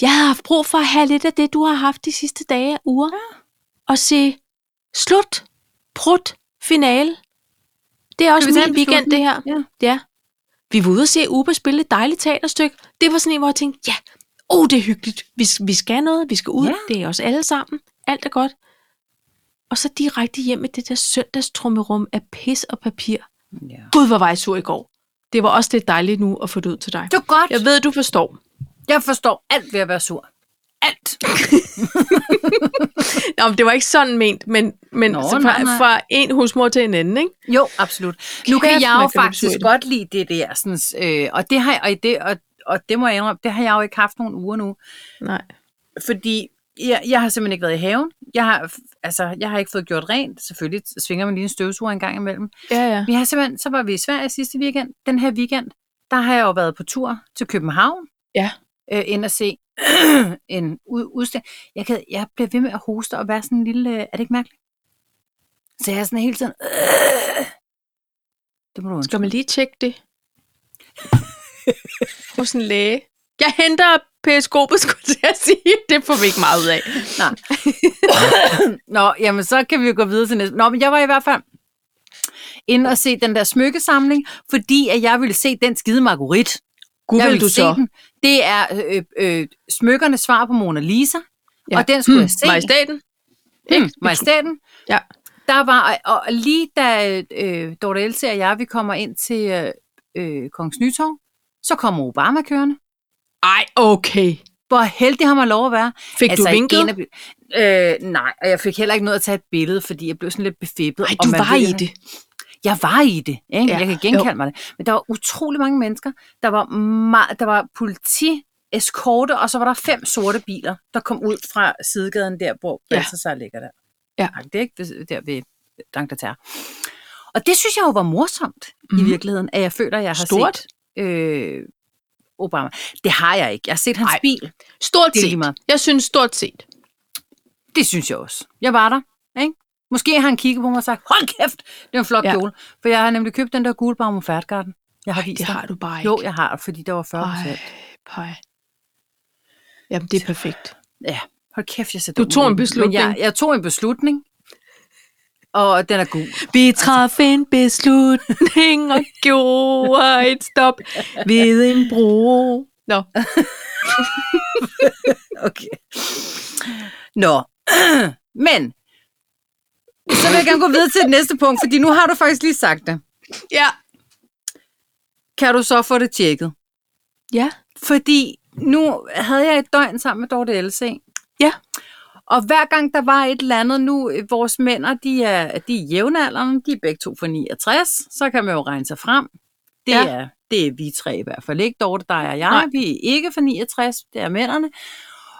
Speaker 1: Jeg har haft brug for at have lidt af det, du har haft de sidste dage og uger. Ja. Og se, slut, prut, finale. Det er også
Speaker 2: vi tage
Speaker 1: min
Speaker 2: en
Speaker 1: weekend, det her.
Speaker 2: Ja.
Speaker 1: Ja. Vi var ude og se Uber spille et dejligt teaterstykke. Det var sådan en, hvor jeg tænkte, ja, oh, det er hyggeligt. Vi, vi skal noget, vi skal ud.
Speaker 2: Ja.
Speaker 1: Ja. Det er os alle sammen. Alt er godt. Og så direkte hjem med det der søndagstrummerum af pis og papir.
Speaker 2: ja.
Speaker 1: Gud, hvor var jeg sur i går. Det var også lidt dejligt nu at få det ud til dig.
Speaker 2: Det var godt.
Speaker 1: Jeg ved, du forstår.
Speaker 2: Jeg forstår alt ved at være sur. Alt.
Speaker 1: Nå, men det var ikke sådan ment, men, men
Speaker 2: Nå,
Speaker 1: Nå, så
Speaker 2: nej,
Speaker 1: fra,
Speaker 2: nej.
Speaker 1: fra en husmor til en anden, ikke?
Speaker 2: Jo, absolut. Nu kan
Speaker 1: Kæft,
Speaker 2: jeg jo
Speaker 1: man kan løbe sur i
Speaker 2: faktisk
Speaker 1: det.
Speaker 2: godt lide det der, sådan, øh, og, det har, jeg- og, i det, og, og det må jeg indrømme, det har jeg jo ikke haft nogle uger nu,
Speaker 1: Nej.
Speaker 2: fordi jeg, jeg har simpelthen ikke været i haven. Jeg har, f- altså, jeg har ikke fået gjort rent. Selvfølgelig svinger man lige en støvsuger en gang imellem.
Speaker 1: Ja, ja.
Speaker 2: Men jeg har simpelthen, så var vi i Sverige sidste weekend. Den her weekend, der har jeg jo været på tur til København.
Speaker 1: Ja.
Speaker 2: Øh, ind og se en ud, udstilling. Jeg, kan, jeg bliver ved med at hoste og være sådan en lille... Øh, er det ikke mærkeligt? Så jeg er sådan hele tiden... Øh. Det må du undskylde.
Speaker 1: Skal man lige tjekke det? Hos en læge. Jeg henter periskopet, skulle jeg sige. Det får vi ikke meget ud af.
Speaker 2: Nej. Nå, jamen så kan vi jo gå videre til næste. Nå, men jeg var i hvert fald inde og se den der smykkesamling, fordi at jeg ville se den skide Marguerite.
Speaker 1: Gud,
Speaker 2: jeg
Speaker 1: vil
Speaker 2: ville
Speaker 1: du
Speaker 2: se
Speaker 1: så?
Speaker 2: Den. Det er øh, øh, smykkernes svar på Mona Lisa, ja. og den skulle jeg se.
Speaker 1: Majestaten?
Speaker 2: Hmm, majestaten.
Speaker 1: Hmm. Ja.
Speaker 2: Der var, og, og lige da øh, Dorte Else og jeg, vi kommer ind til øh, øh, Kongens Nytorv, så kommer Obama kørende.
Speaker 1: Ej, okay.
Speaker 2: Hvor heldig har man lov at være.
Speaker 1: Fik altså, du
Speaker 2: ikke
Speaker 1: vinket?
Speaker 2: en af bi- øh, nej, og jeg fik heller ikke noget at tage et billede, fordi jeg blev sådan lidt befippet.
Speaker 1: Nej,
Speaker 2: og
Speaker 1: du
Speaker 2: man
Speaker 1: var
Speaker 2: ved-
Speaker 1: i det.
Speaker 2: Jeg var i det. Ikke? Ja,
Speaker 1: Ja,
Speaker 2: jeg kan genkalde jo. mig det. Men der var utrolig mange mennesker. Der var, meget, der var politi, eskorte, og så var der fem sorte biler, der kom ud fra sidegaden der, hvor
Speaker 1: Ja.
Speaker 2: ja. Balthasar ligger der.
Speaker 1: Ja.
Speaker 2: Nej, Det er ikke ved- der ved Dankdatær. Og det synes jeg jo var morsomt mm. i
Speaker 1: Mhm.
Speaker 2: virkeligheden, at jeg føler, jeg har
Speaker 1: Stort.
Speaker 2: set øh, Obama. Det har jeg ikke. Jeg har set hans
Speaker 1: Ej.
Speaker 2: Ej. bil.
Speaker 1: Stort
Speaker 2: Det er lige
Speaker 1: set.
Speaker 2: meget.
Speaker 1: Jeg synes stort set.
Speaker 2: Det synes jeg også. Jeg var der, ikke? Måske har han kigget på mig og sagt, hold kæft, det er en flot
Speaker 1: Ja.
Speaker 2: ja. kjole. For jeg har nemlig købt den der gule Baum Færtgarten. Jeg har
Speaker 1: Ej,
Speaker 2: vist
Speaker 1: det
Speaker 2: dig.
Speaker 1: har du bare ikke.
Speaker 2: Jo, jeg har, fordi der var 40
Speaker 1: Ej, pej. Jamen, det er perfekt.
Speaker 2: Ja, hold kæft, jeg ser
Speaker 1: Du
Speaker 2: dum
Speaker 1: tog
Speaker 2: ud.
Speaker 1: en beslutning.
Speaker 2: Men jeg, jeg tog en beslutning, og den er god.
Speaker 1: Vi traf en beslutning og gjorde et stop ved en bro. Nå,
Speaker 2: Okay. Nå, men så vil jeg gerne gå videre til det næste punkt, fordi nu har du faktisk lige sagt det.
Speaker 1: ja.
Speaker 2: Kan du så få det tjekket?
Speaker 1: Ja,
Speaker 2: Fordi nu havde jeg et døgn sammen med Dorte Else.
Speaker 1: Ja.
Speaker 2: Og hver gang der var et eller andet, nu øh, vores mænd, og de er, de er jævnaldrende, de er begge to fra 69, så kan man jo regne sig frem. Det,
Speaker 1: Ja.
Speaker 2: ja. er, det er vi tre i hvert fald, ikke Dorte, dig og jeg.
Speaker 1: Nej.
Speaker 2: Nej. Vi er ikke fra 69, det er mændene.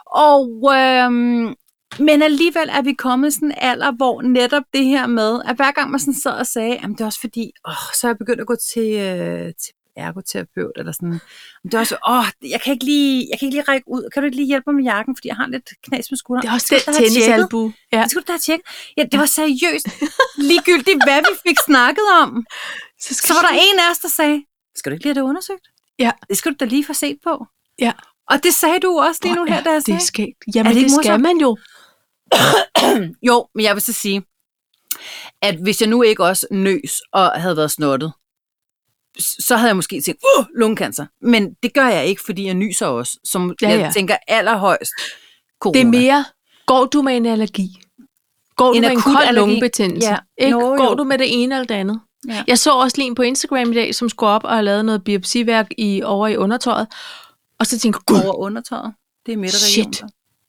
Speaker 2: Og, øhm, men alligevel er vi kommet sådan en alder, hvor netop det her med, at hver gang man sådan sad og sagde, at det er også fordi, åh, så er jeg begyndt at gå til, øh, til ergoterapeut, eller sådan, "Men det er også, åh, jeg kan ikke lige, jeg kan ikke lige række ud, kan du ikke lige hjælpe mig med jakken, fordi jeg har lidt knas med skulderen.
Speaker 1: det er også
Speaker 2: Skal
Speaker 1: det
Speaker 2: du da have tjekket?
Speaker 1: tennisalbu. Ja,
Speaker 2: Det skulle du da tjekke. Ja, det var seriøst ligegyldigt, hvad vi fik snakket om.
Speaker 1: skal
Speaker 2: Så var der en af os, der sagde, skal du ikke lige have det undersøgt?
Speaker 1: Ja.
Speaker 2: Det skal du da lige få set på.
Speaker 1: Ja.
Speaker 2: Og det sagde du også lige nu her, da jeg
Speaker 1: Det
Speaker 2: sagde.
Speaker 1: er skægt. Jamen,
Speaker 2: Er det
Speaker 1: det,
Speaker 2: ikke
Speaker 1: det skal
Speaker 2: morsomt?
Speaker 1: man jo.
Speaker 2: Jo, men jeg vil så sige, at hvis jeg nu ikke også nøs og havde været snottet, s- så havde jeg måske tænkt, uh, lungekancer. Men det gør jeg ikke, fordi jeg nyser også, som
Speaker 1: Ja,
Speaker 2: ja, ja.
Speaker 1: ja.
Speaker 2: jeg tænker allerhøjst corona.
Speaker 1: Det er mere, går du med en allergi? Går du
Speaker 2: En
Speaker 1: med en
Speaker 2: akut
Speaker 1: kold
Speaker 2: allergi.
Speaker 1: lungebetændelse?
Speaker 2: Ja.
Speaker 1: Ikke?
Speaker 2: Jo,
Speaker 1: går
Speaker 2: jo.
Speaker 1: du med det ene eller det andet?
Speaker 2: Ja.
Speaker 1: Jeg så også lige en på Instagram i dag, som skulle op og have lavet noget biopsiværk i, over i undertøjet. Og så tænkte jeg, gud,
Speaker 2: over undertøjet. Det er midterregionen.
Speaker 1: Shit.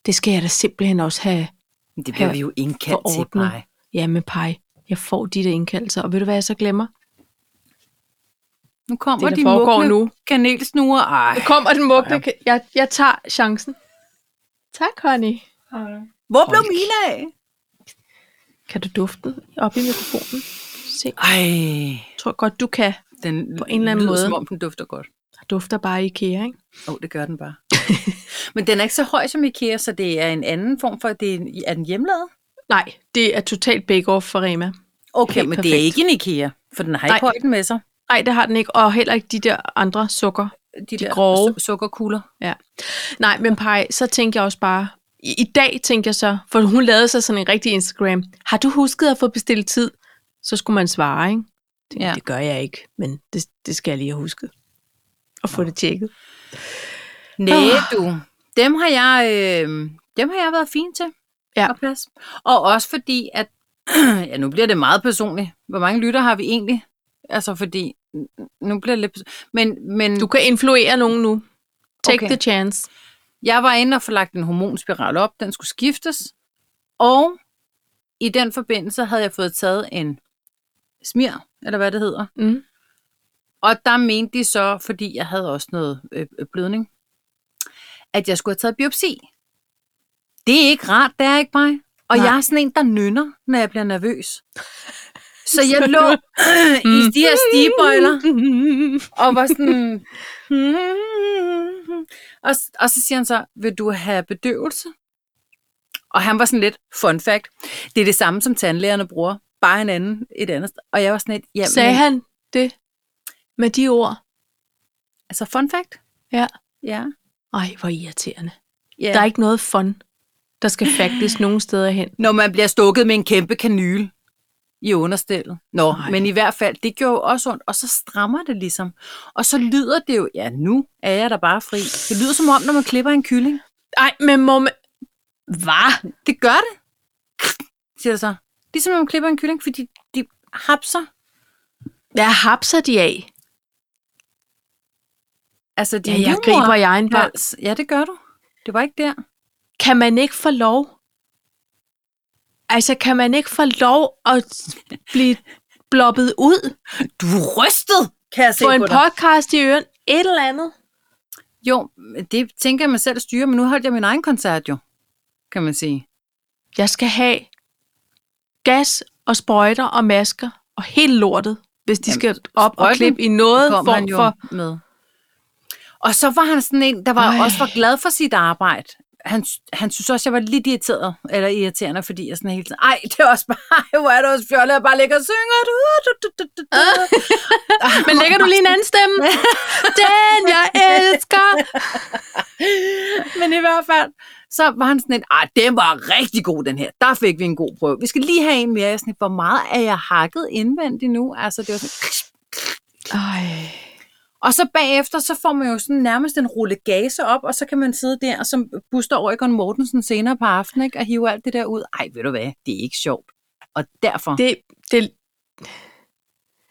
Speaker 1: det skal jeg da simpelthen også have.
Speaker 2: Men Det bliver vi jo indkaldt til,
Speaker 1: Forordnet.
Speaker 2: Paj.
Speaker 1: Ja, med pej. Jeg får de der indkaldelser. Og ved du, hvad jeg så glemmer?
Speaker 2: Nu kommer
Speaker 1: Det, der
Speaker 2: de
Speaker 1: foregår
Speaker 2: mugne
Speaker 1: nu.
Speaker 2: kanelsnure. Ej.
Speaker 1: Kommer den mugne. Jeg, jeg tager chancen. Tak, honey.
Speaker 2: Hvor blev Mila af?
Speaker 1: Kan du dufte den op i mikrofonen? Se,
Speaker 2: Ej.
Speaker 1: jeg tror godt, du kan.
Speaker 2: Den
Speaker 1: På en eller anden
Speaker 2: lyder,
Speaker 1: måde.
Speaker 2: som om den dufter godt.
Speaker 1: Der dufter bare i IKEA, ikke?
Speaker 2: Åh, oh, det gør den bare. Men den er ikke så høj som IKEA, så det er en anden form for... Det er, en- er den hjemmelavet?
Speaker 1: Nej, det er totalt bake-off for Rema.
Speaker 2: Okay,
Speaker 1: Helt
Speaker 2: men det er
Speaker 1: perfekt.
Speaker 2: ikke en IKEA, for den har
Speaker 1: Nej.
Speaker 2: ikke højden med sig.
Speaker 1: Nej, det har den ikke, og heller ikke de der andre sukker.
Speaker 2: De, de der
Speaker 1: grove.
Speaker 2: su- sukkerkugler.
Speaker 1: Nej, men pej, så tænkte jeg også bare, i, i dag tænkte jeg så, for hun lavede sig sådan en rigtig Instagram, har du husket at få bestilt tid? Så skulle man svare, ikke? Tænkte, ja.
Speaker 2: Ja.
Speaker 1: Det gør jeg ikke, men det, det skal jeg lige have husket. Og få det tjekket.
Speaker 2: Nej,
Speaker 1: Ah.
Speaker 2: du. Dem har jeg, øh, dem har jeg været fin til.
Speaker 1: Ja.
Speaker 2: at passe. Og også fordi, at... ja, nu bliver det meget personligt. Hvor mange lytter har vi egentlig? Altså, fordi... Nu bliver det lidt... pers- Men, men
Speaker 1: Du kan influere nogen nu. Take okay.
Speaker 2: Okay.
Speaker 1: the chance.
Speaker 2: jeg var inde og få lagt en hormonspiral op. Den skulle skiftes. Og i den forbindelse havde jeg fået taget en smir, eller hvad det hedder.
Speaker 1: Mm.
Speaker 2: Og der mente de så, fordi jeg havde også noget øh, øh, blødning, at jeg skulle have taget biopsi. Det er ikke rart, det er ikke mig. Og
Speaker 1: Nej.
Speaker 2: Nej. jeg er sådan en, der nynner, når jeg bliver nervøs. Så jeg lå i de her stigebøjler og var sådan... "Hmm." og, s- og så siger han så, vil du have bedøvelse? Og han var sådan lidt, fun fact, det er det samme, som tandlægerne bruger, bare en anden, et andet. sted." Og jeg var sådan lidt, jamen,
Speaker 1: Sagde han det med de ord?
Speaker 2: altså fun fact?
Speaker 1: Ja.
Speaker 2: Ja.
Speaker 1: Ej, hvor irriterende.
Speaker 2: Ja.
Speaker 1: Der er ikke noget fun, der skal faktisk nogen steder hen.
Speaker 2: Når man bliver stukket med en kæmpe kanyle i understillet. Nå,
Speaker 1: Nej.
Speaker 2: Nej. men i hvert fald, det gjorde jo også ondt, og så strammer det ligesom. Og så lyder det jo, ja, nu er jeg da bare fri. Det lyder som om, når man klipper en kylling.
Speaker 1: Ej, men må man... Hvad?
Speaker 2: Det gør det, siger det så. Ligesom når man klipper en kylling, fordi de hapser.
Speaker 1: Hvad hapser de af?
Speaker 2: Altså, de
Speaker 1: Ja, jeg griber i egen barn.
Speaker 2: hals. Ja, det gør du. Det var ikke der.
Speaker 1: Kan man ikke få lov? Altså, kan man ikke få lov at blive bloppet ud?
Speaker 2: Du er rystet, kan jeg se
Speaker 1: Få en
Speaker 2: på dig.
Speaker 1: podcast i øren? Et eller andet?
Speaker 2: Jo, det tænker jeg, man selv styrer, men nu holdt jeg min egen koncert jo, kan man sige.
Speaker 1: Jeg skal have gas og sprøjter og masker og helt lortet, hvis de
Speaker 2: Jamen,
Speaker 1: skal op og
Speaker 2: sprøjten
Speaker 1: klippe i noget
Speaker 2: kom
Speaker 1: form
Speaker 2: han jo
Speaker 1: for...
Speaker 2: med. Og så var han sådan en, der var
Speaker 1: Ej.
Speaker 2: Ej. også var glad for sit arbejde. Han, han synes også, jeg var lidt irriteret, eller irriterende, fordi jeg sådan hele tiden, ej, det er også bare, ej, hvor er det også fjollet, jeg bare ligger og synger. Du, du, du, du, du, du.
Speaker 1: Men lægger du lige en anden stemme? Den, jeg elsker!
Speaker 2: Men i hvert fald, så var han sådan en, ej, den var rigtig god, den her. Der fik vi en god prøve. Vi skal lige have en mere. Jeg er sådan, lidt, hvor meget er jeg hakket indvendigt nu? Altså, det var sådan,
Speaker 1: Ej.
Speaker 2: Og så bagefter, så får man jo sådan nærmest en rulle gase op, og så kan man sidde der, som Buster Oikon Mortensen senere på aftenen, ikke? og hive alt det der ud. Ej, ved du hvad, det er ikke sjovt. Og derfor, det,
Speaker 1: Det, det...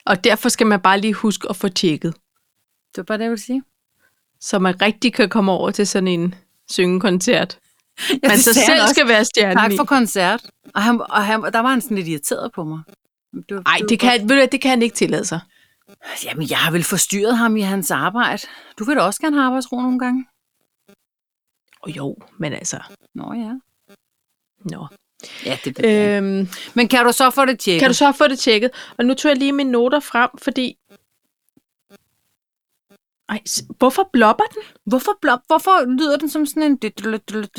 Speaker 1: Og derfor skal man bare lige huske at få tjekket,
Speaker 2: det var bare det, jeg ville sige.
Speaker 1: så man rigtig kan komme over til sådan en syngekoncert. Man
Speaker 2: det
Speaker 1: så
Speaker 2: sagde han
Speaker 1: selv
Speaker 2: også.
Speaker 1: skal være stjernen
Speaker 2: Tak
Speaker 1: i.
Speaker 2: for koncert. Og, han, og, han, og der var han sådan lidt irriteret på mig. Du,
Speaker 1: Nej, det kan, ved du, hvad, det kan han ikke tillade sig.
Speaker 2: Altså, Jamen, jeg har vel forstyrret ham i hans arbejde. Du vil da også gerne have arbejdsro nogle gange.
Speaker 1: Oh, jo, men altså,
Speaker 2: Nå ja.
Speaker 1: nå.
Speaker 2: Ja, det ved jeg.
Speaker 1: Øhm,
Speaker 2: ikke. Men kan du så få det tjekket?
Speaker 1: kan du så få det tjekket? Og nu tog jeg lige mine noter frem, fordi... Ej, s- hvorfor blopper den?
Speaker 2: Hvorfor, blop, hvorfor lyder den som sådan en...
Speaker 1: Det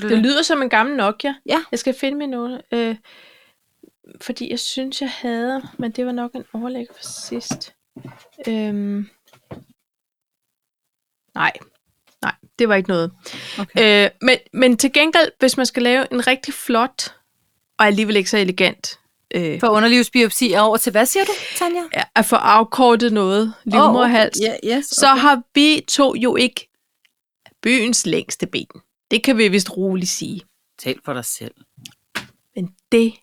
Speaker 1: lyder som en gammel Nokia.
Speaker 2: Mm. Ja.
Speaker 1: Jeg skal finde min noter. Øh, fordi jeg synes, jeg havde... Men det var nok en overlægger for sidst. Øhm, nej. Nej, det var ikke noget. Okay. Øh, men, men til gengæld, hvis man skal lave en rigtig flot, og alligevel ikke så elegant, øh,
Speaker 2: For underlivsbiopsi er over til... Hvad siger du, Tanja?
Speaker 1: at få afkortet noget livmoderhals,
Speaker 2: Oh, okay. yeah, yes,
Speaker 1: så har vi to jo ikke byens længste ben. Det kan vi vist roligt sige.
Speaker 2: Tal for dig selv.
Speaker 1: Men det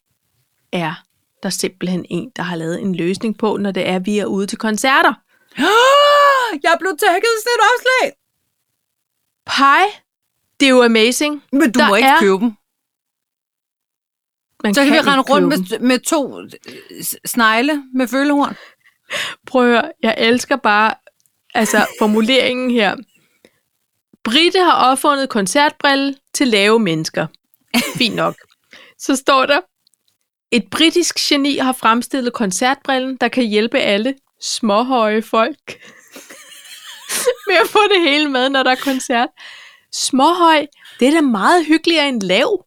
Speaker 1: er der simpelthen en, der har lavet en løsning på, når det er, vi er ude til koncerter.
Speaker 2: Jeg blev tagget i sådan et opslag.
Speaker 1: Pej, det er jo amazing.
Speaker 2: Men du
Speaker 1: Der
Speaker 2: må ikke
Speaker 1: er-
Speaker 2: købe dem.
Speaker 1: Man
Speaker 2: Så kan vi
Speaker 1: ikke
Speaker 2: rende rundt
Speaker 1: købe
Speaker 2: med,
Speaker 1: dem.
Speaker 2: med to øh, s- snegle med følehorn.
Speaker 1: Prøv at høre, jeg elsker bare altså, formuleringen her. Britte har opfundet koncertbrille til lave mennesker. Fint nok. Så står der, et britisk geni har fremstillet koncertbrillen, der kan hjælpe alle småhøje folk med at få det hele med, når der er koncert. Småhøj, det er da meget hyggeligere end lav.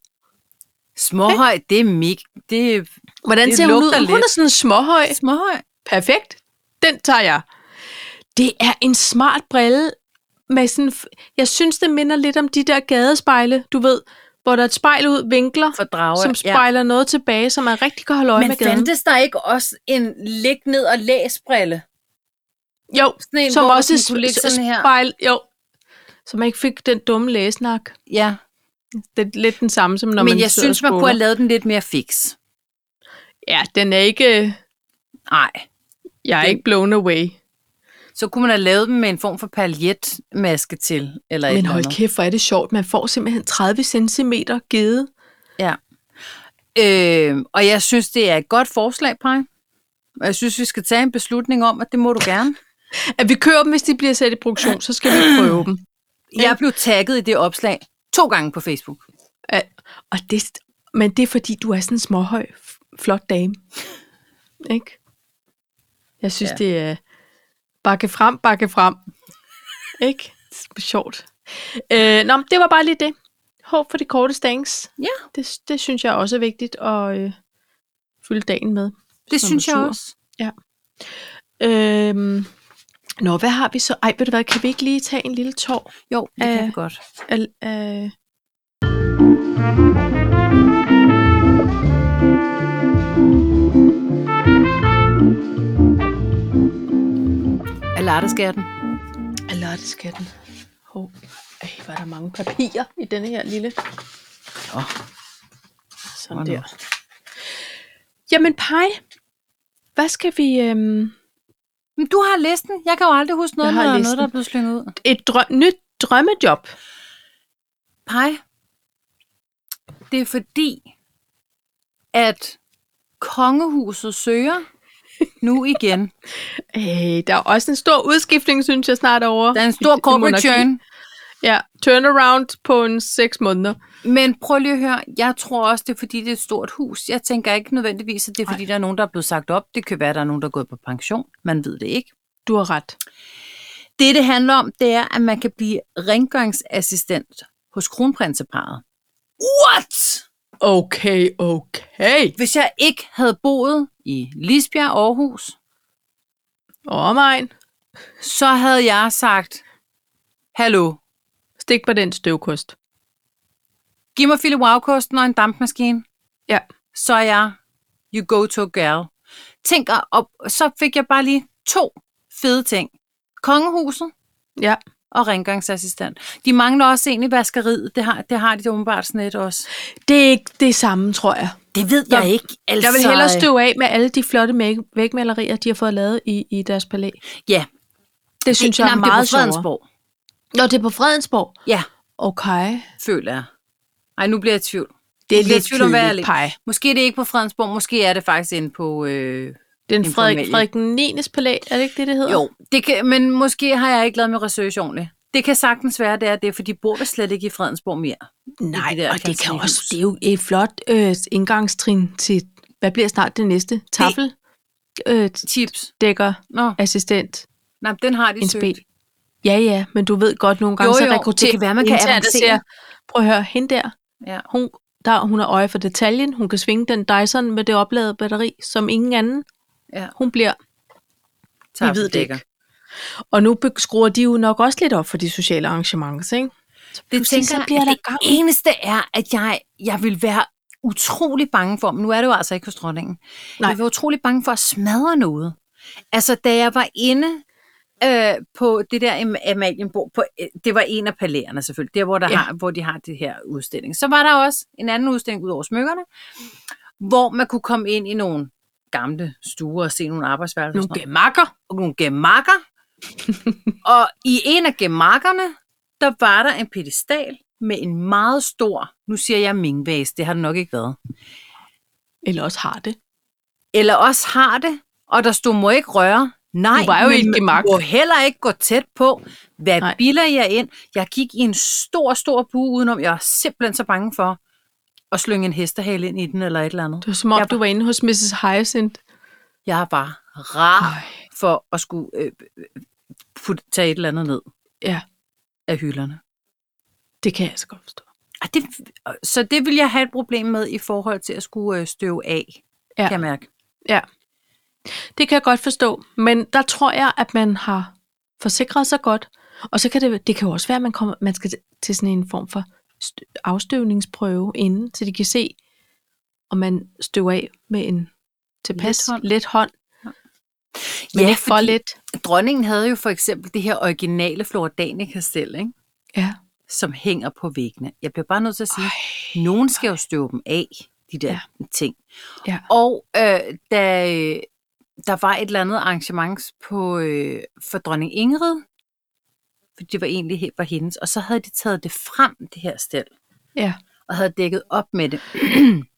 Speaker 2: Småhøj, det er mik. Det er
Speaker 1: Hvordan
Speaker 2: Det
Speaker 1: ser hun ud?
Speaker 2: lugter
Speaker 1: Hun
Speaker 2: lidt.
Speaker 1: er sådan en småhøj.
Speaker 2: småhøj.
Speaker 1: Perfekt. Den tager jeg. Det er en smart brille. Med sådan, f- jeg synes, det minder lidt om de der gadespejle, du ved, hvor der er et spejl ud, vinkler,
Speaker 2: For drager.
Speaker 1: som spejler ja. noget tilbage, så man rigtig kan holde øje
Speaker 2: Men
Speaker 1: med gaden.
Speaker 2: fandtes der ikke også en lig ned og læsbrille?
Speaker 1: Jo,
Speaker 2: Sådan en,
Speaker 1: som
Speaker 2: hvor
Speaker 1: også
Speaker 2: du
Speaker 1: er
Speaker 2: sådan kunne ligge
Speaker 1: sp-
Speaker 2: sådan her.
Speaker 1: spejl. Jo, så man ikke fik den dumme lægesnak.
Speaker 2: Ja,
Speaker 1: Det er lidt den samme, som når
Speaker 2: men
Speaker 1: man
Speaker 2: jeg
Speaker 1: sidder
Speaker 2: synes,
Speaker 1: og
Speaker 2: man kunne
Speaker 1: scroller.
Speaker 2: have lavet den lidt mere fix.
Speaker 1: Ja, den er ikke...
Speaker 2: Nej,
Speaker 1: Jeg er
Speaker 2: Den-
Speaker 1: ikke blown away.
Speaker 2: så kunne man have lavet dem med en form for paljetmaske til. Eller et
Speaker 1: Men
Speaker 2: eller andet.
Speaker 1: hold kæft, hvor er det sjovt. Man får simpelthen 30 cm givet.
Speaker 2: Ja. Øh, og jeg synes, det er et godt forslag, Paj. Og jeg synes, vi skal tage en beslutning om, at det må du gerne.
Speaker 1: At vi køber dem, hvis de bliver sat i produktion, så skal vi prøve dem.
Speaker 2: Jeg blev tagget i det opslag to gange på Facebook.
Speaker 1: Ja, og det, men det er fordi, du er sådan en småhøj, f- flot dame. Ikke? Jeg synes, ja.
Speaker 2: Ja.
Speaker 1: det er bakke frem, bakke frem. Ikke? Det er sjovt. Øh, nå, men det var bare lige det. Håb for de korte stængs.
Speaker 2: Ja.
Speaker 1: Det, det synes jeg også er vigtigt at øh, fylde dagen med.
Speaker 2: Det
Speaker 1: Som
Speaker 2: synes
Speaker 1: er
Speaker 2: jeg
Speaker 1: sur.
Speaker 2: også.
Speaker 1: Øhm, nå, hvad har vi så? Ej, ved du hvad, kan vi ikke lige tage en lille tår?
Speaker 2: Jo, det kan
Speaker 1: Øh.
Speaker 2: vi godt.
Speaker 1: Al, øh,
Speaker 2: Alarteskatten.
Speaker 1: Alarteskatten. Hov. Ej, hvor er der mange papirer i denne her lille.
Speaker 2: Nå.
Speaker 1: Sådan
Speaker 2: Nå, nå.
Speaker 1: der. Jamen, Pej, hvad skal vi... Øhm,
Speaker 2: Men du har listen. Jeg kan jo aldrig huske noget,
Speaker 1: Jeg
Speaker 2: når
Speaker 1: har
Speaker 2: der er noget,
Speaker 1: listen.
Speaker 2: der er blevet slynget ud.
Speaker 1: et drø- nyt drømmejob.
Speaker 2: Pej. Det er fordi, at kongehuset søger nu igen.
Speaker 1: Øh, der er også en stor udskiftning, synes jeg, snart over.
Speaker 2: Der er en stor corporate churn.
Speaker 1: Ja, turnaround på en seks måneder.
Speaker 2: Men prøv lige at høre, jeg tror også, det er fordi, det er et stort hus. Jeg tænker ikke nødvendigvis, at det er fordi, der er nogen, der er blevet sagt op. Det kan være, at der er nogen, der er gået på pension. Man ved det ikke.
Speaker 1: Du har ret.
Speaker 2: Det, det handler om, det er, at man kan blive rengøringsassistent hos kronprinseparet. What?
Speaker 1: Okay, okay.
Speaker 2: Hvis jeg ikke havde boet i Lisbjerg, Aarhus,
Speaker 1: Og mig.
Speaker 2: så havde jeg sagt, hallo,
Speaker 1: Stik på den støvkost.
Speaker 2: giv mig Philip Waukosten og en dampmaskine.
Speaker 1: Ja.
Speaker 2: Så er jeg, you go to girl. Tænk, og- og så fik jeg bare lige to fede ting. Kongehuset
Speaker 1: Ja.
Speaker 2: og rengøringsassistent. De mangler også egentlig vaskeriet. Det har, det har de åbenbart sådan lidt også.
Speaker 1: Det er ikke det samme, tror jeg.
Speaker 2: Det ved
Speaker 1: jeg
Speaker 2: ikke. Altså,
Speaker 1: Jeg vil hellere støve af med alle de flotte make- vægmalerier, de har fået lavet i, i deres palæ.
Speaker 2: Ja,
Speaker 1: Det synes jeg er
Speaker 2: Jamen, det er på
Speaker 1: meget sjovere.
Speaker 2: Fredensborg.
Speaker 1: Nå, det er på Fredensborg.
Speaker 2: Ja,
Speaker 1: Okay.
Speaker 2: føler jeg. Ej, nu bliver jeg i tvivl.
Speaker 1: Det er
Speaker 2: bliver i
Speaker 1: lidt
Speaker 2: tvivl om, hvad jeg
Speaker 1: kedeligt,
Speaker 2: er.
Speaker 1: pej.
Speaker 2: Måske er det ikke på Fredensborg, måske er det faktisk inde på... Øh...
Speaker 1: Det er en
Speaker 2: En
Speaker 1: Frederik,
Speaker 2: familie.
Speaker 1: Frederik den 9. palæ, er det ikke det, det hedder?
Speaker 2: Jo, det kan, men måske har jeg ikke lavet min research ordentligt. Det kan sagtens være, det er det, for de bor da slet ikke i Fredensborg mere.
Speaker 1: Nej,
Speaker 2: det der
Speaker 1: og det kan
Speaker 2: kantinehus.
Speaker 1: også, det er jo et flot øh, indgangstrin til, hvad bliver snart det næste? Tafel? Øh,
Speaker 2: Chips.
Speaker 1: dækker,
Speaker 2: Nå,
Speaker 1: assistent,
Speaker 2: nej, men den har de
Speaker 1: en
Speaker 2: søgt.
Speaker 1: spil. Ja, ja, men du ved godt, nogle gange
Speaker 2: Jo,
Speaker 1: så
Speaker 2: jo,
Speaker 1: rekrutterer
Speaker 2: det kan være, man kan
Speaker 1: internt, der
Speaker 2: avancere.
Speaker 1: siger, Prøv at høre, hende der,
Speaker 2: Ja.
Speaker 1: hun, der, hun har øje for detaljen, hun kan svinge den Dyson med det opladede batteri, som ingen anden.
Speaker 2: Ja.
Speaker 1: Hun bliver, vi ved det
Speaker 2: Tafeldækker.
Speaker 1: ikke. Og nu be- skruer de jo nok også lidt op for de sociale arrangementer, ikke?
Speaker 2: Det
Speaker 1: Pludselig
Speaker 2: tænker
Speaker 1: så
Speaker 2: jeg,
Speaker 1: bliver
Speaker 2: at
Speaker 1: der
Speaker 2: det
Speaker 1: gang.
Speaker 2: eneste er, at jeg, jeg vil være utrolig bange for, men nu er det jo altså ikke hos dronningen.
Speaker 1: Nej.
Speaker 2: Nej. Jeg var utrolig bange for at smadre noget. Altså, da jeg var inde øh, på det der Am- Amalienborg, på, øh, det var en af palæerne selvfølgelig, der hvor, der
Speaker 1: Ja.
Speaker 2: ja. har, hvor de har det her udstilling. Så var der også en anden udstilling ud over smykkerne, hvor man kunne komme ind i nogle gamle stuer og se nogle arbejdsværelser. og
Speaker 1: Nogle
Speaker 2: sådan noget.
Speaker 1: gemakker.
Speaker 2: Og nogle gemakker. og i en af gemakkerne, der var der en pedestal med en meget stor, nu siger jeg mingvæs, det har det nok ikke været.
Speaker 1: Eller også har det.
Speaker 2: Eller også har det, og der stod, må ikke røre. Nej,
Speaker 1: Du var jo i et
Speaker 2: men man
Speaker 1: gemak.
Speaker 2: må heller ikke gå tæt på. Hvad
Speaker 1: Nej.
Speaker 2: Nej. biler jeg ind? Jeg gik i en stor, stor bue udenom. Jeg er simpelthen så bange for at slynge en hestehale ind i den eller et eller andet.
Speaker 1: Det var som om,
Speaker 2: Jeg-
Speaker 1: du var inde hos Mrs. Hyacinth.
Speaker 2: Jeg var rar
Speaker 1: Ej.
Speaker 2: for at skulle øh, øh, putte, tage et eller andet ned
Speaker 1: Ja,
Speaker 2: af hylderne.
Speaker 1: det kan jeg så godt forstå.
Speaker 2: Ah, det, så det vil jeg have et problem med i forhold til at skulle øh, støve af,
Speaker 1: Ja.
Speaker 2: ja. kan jeg mærke.
Speaker 1: Det kan jeg godt forstå, men der tror jeg, at man har forsikret sig godt. Og så kan det, det kan jo også være, at man, kommer, man skal til sådan en form for st- afstøvningsprøve inden, så de kan se, om man støver af med en tilpas
Speaker 2: Let hånd.
Speaker 1: let hånd, men
Speaker 2: ja,
Speaker 1: ikke for
Speaker 2: fordi
Speaker 1: let.
Speaker 2: dronningen havde jo for eksempel det her originale Flordanica-kastel, ikke?
Speaker 1: Ja.
Speaker 2: som hænger på væggene. Jeg bliver bare nødt til at sige,
Speaker 1: Ej,
Speaker 2: nogen skal jo støve dem af, de der ja. ting.
Speaker 1: Ja.
Speaker 2: Og øh, da øh, der var et eller andet arrangement på, øh, for dronning Ingrid, for det var egentlig he- var hendes, og så havde de taget det frem, det her stel,
Speaker 1: ja.
Speaker 2: og havde dækket op med det.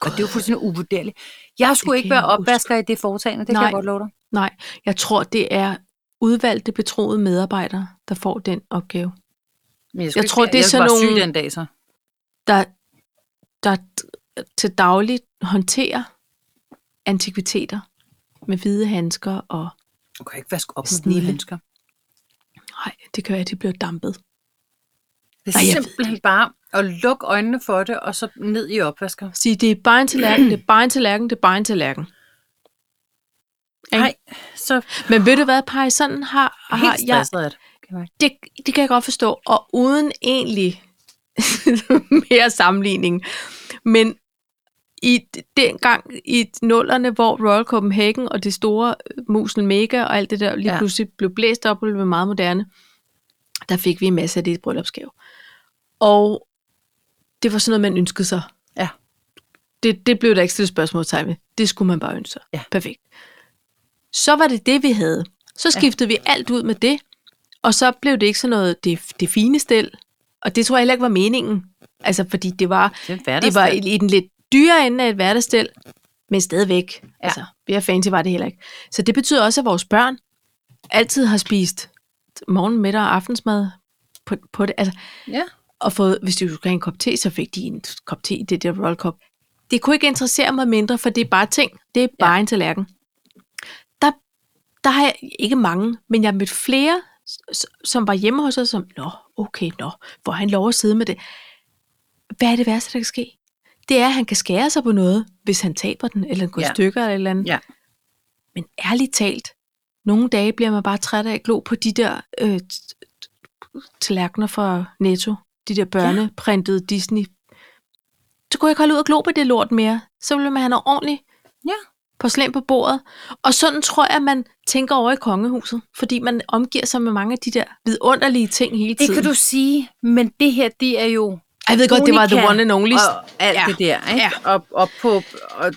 Speaker 2: og det var fuldstændig uvurderligt. Jeg skulle
Speaker 1: Det
Speaker 2: ikke
Speaker 1: kan jeg
Speaker 2: være
Speaker 1: ikke huske.
Speaker 2: opvasker i det foretagende, det Nej.
Speaker 1: Nej.
Speaker 2: kan jeg godt love dig.
Speaker 1: Nej, jeg tror, det er udvalgte, betroede medarbejdere, der får den opgave.
Speaker 2: Men
Speaker 1: Jeg
Speaker 2: skulle ikke
Speaker 1: tror,
Speaker 2: være-
Speaker 1: det er
Speaker 2: jeg
Speaker 1: sådan
Speaker 2: var syg
Speaker 1: nogle-
Speaker 2: den dag så.
Speaker 1: der, der t- til dagligt håndterer antikviteter med hvide handsker, og
Speaker 2: Du kan ikke vaske op med
Speaker 1: Snille.
Speaker 2: hvide handsker.
Speaker 1: nej, det kan være, at de bliver dampet.
Speaker 2: Det
Speaker 1: Ej,
Speaker 2: er
Speaker 1: jeg ved
Speaker 2: simpelthen bare at lukke øjnene for det, og så ned i opvasker.
Speaker 1: Sige, det er bare en tallerken, det er bare en tallerken, det er bare en tallerken. Ikke?
Speaker 2: Nej, så
Speaker 1: Men ved du hvad, Paj, sådan har, har
Speaker 2: helt
Speaker 1: jeg,
Speaker 2: stresset er det. Kan jeg mærke.
Speaker 1: det, det kan jeg godt forstå, og uden egentlig mere sammenligning. Men i d- dengang i nullerne, hvor Royal Copenhagen og det store øh, Musen Mega og alt det der lige ja.
Speaker 2: Ja.
Speaker 1: pludselig blev blæst op og blev meget moderne, der fik vi en masse af det i bryllupsgave. Og det var sådan noget, man ønskede sig.
Speaker 2: Ja.
Speaker 1: Det, det blev der ikke stillet spørgsmålstegn ved. Det skulle man bare ønske sig.
Speaker 2: Ja.
Speaker 1: Perfekt. Så var det det, vi havde. Så skiftede ja. vi alt ud med det, og så blev det ikke sådan noget det, det fine stel. Og det tror jeg heller ikke var meningen. Altså, fordi det var,
Speaker 2: Det er
Speaker 1: det var i, i den lidt dyre ende af et hverdagsstel, men stadigvæk. Ja. Altså, mere fancy var det heller ikke. Så det betyder også, at vores børn altid har spist morgen, middag og aftensmad på, på det. Altså,
Speaker 2: Ja.
Speaker 1: og fået, hvis du skulle have en kop te, så fik de en kop te i det der roll cup. Det kunne ikke interessere mig mindre, for det er bare ting. Det er bare ja. en tallerken. Der, der har jeg ikke mange, men jeg har mødt flere, s- som var hjemme hos os, som, nå, okay, nå, hvor han lov at sidde med det. Hvad er det værste, der kan ske? Det er, at han kan skære sig på noget, hvis han taber den, eller den går ja.
Speaker 2: Ja.
Speaker 1: stykker, eller et eller andet.
Speaker 2: Ja.
Speaker 1: Men ærligt talt, nogle dage bliver man bare træt af at glo på de der øh, t- t- tallerkener fra Netto. De der børneprintede Disney. Så kunne jeg ikke holde ud og glo på det lort mere. Så ville man have noget ordentligt
Speaker 2: Ja.
Speaker 1: porcelæn på bordet. Og sådan tror jeg, man tænker over i kongehuset. Fordi man omgiver sig med mange af de der vidunderlige ting hele
Speaker 2: Det
Speaker 1: tiden.
Speaker 2: kan du sige, men det her, det er jo
Speaker 1: jeg ved godt, det var
Speaker 2: Unica
Speaker 1: the one and only.
Speaker 2: og alt
Speaker 1: Ja.
Speaker 2: ja. det der, ikke?
Speaker 1: Ja.
Speaker 2: Ja. Op, op, på, og,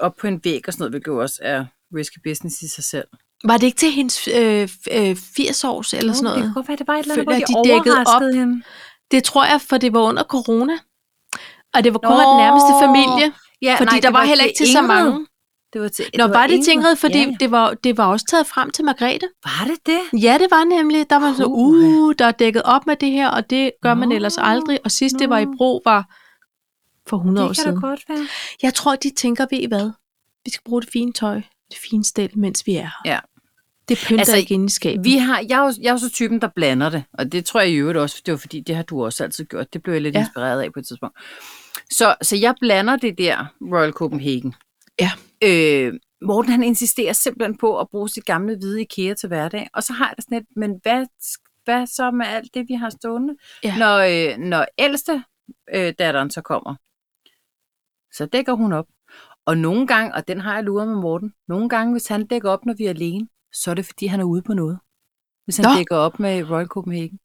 Speaker 2: op på en væg og sådan noget, hvilket jo også er risky business i sig selv.
Speaker 1: Var det ikke til hendes øh, øh, 80 års eller sådan
Speaker 2: Det
Speaker 1: noget?
Speaker 2: kunne godt være, det var et eller andet,
Speaker 1: Føler,
Speaker 2: hvor de,
Speaker 1: at de dækkede op.
Speaker 2: overraskede hende.
Speaker 1: Det tror jeg, for det var under corona. Og det var kun
Speaker 2: Nå.
Speaker 1: Nå, den nærmeste familie.
Speaker 2: Ja,
Speaker 1: Fordi nej, der
Speaker 2: det
Speaker 1: var, var heller ikke til så
Speaker 2: Ingrid.
Speaker 1: mange.
Speaker 2: Det var til,
Speaker 1: Nå, var det
Speaker 2: Ingrid.
Speaker 1: til Ingrid, fordi
Speaker 2: Ja, ja.
Speaker 1: Det, var, det var også taget frem til Margrethe.
Speaker 2: Var det det?
Speaker 1: Ja, det var nemlig. Der var så,
Speaker 2: Puha.
Speaker 1: uh, der er dækket op med det her, og det gør man
Speaker 2: Nå,
Speaker 1: ellers aldrig. Og sidst det var i
Speaker 2: nå.
Speaker 1: brug var for 100 år
Speaker 2: Det kan da
Speaker 1: siden.
Speaker 2: godt være.
Speaker 1: Jeg tror, de tænker, ved I hvad? Vi skal bruge det fine tøj, det fine stel, mens vi er her.
Speaker 2: Ja.
Speaker 1: Det pynter altså,
Speaker 2: Altså,
Speaker 1: ikke ind i skabet.
Speaker 2: Vi har, jeg, er jo, jeg er jo så typen, der blander det, og det tror jeg i øvrigt også, det var fordi, det har du også altid gjort. Det blev jeg lidt
Speaker 1: Ja.
Speaker 2: ja. inspireret af på et tidspunkt. Så, så jeg blander det der Royal Copenhagen.
Speaker 1: Ja.
Speaker 2: Øh, Morten han insisterer simpelthen på at bruge sit gamle hvide IKEA til hverdag, og så har jeg det sådan lidt, men hvad, hvad så med alt det, vi har stående?
Speaker 1: Ja.
Speaker 2: Når, øh, når ældste øh, datteren så kommer, så dækker hun op. Og nogle gange, og den har jeg luret med Morten, nogle gange, hvis han dækker op, når vi er alene, så er det, fordi han er ude på noget. Hvis han
Speaker 1: Nå.
Speaker 2: Nå. dækker op med Royal Copenhagen.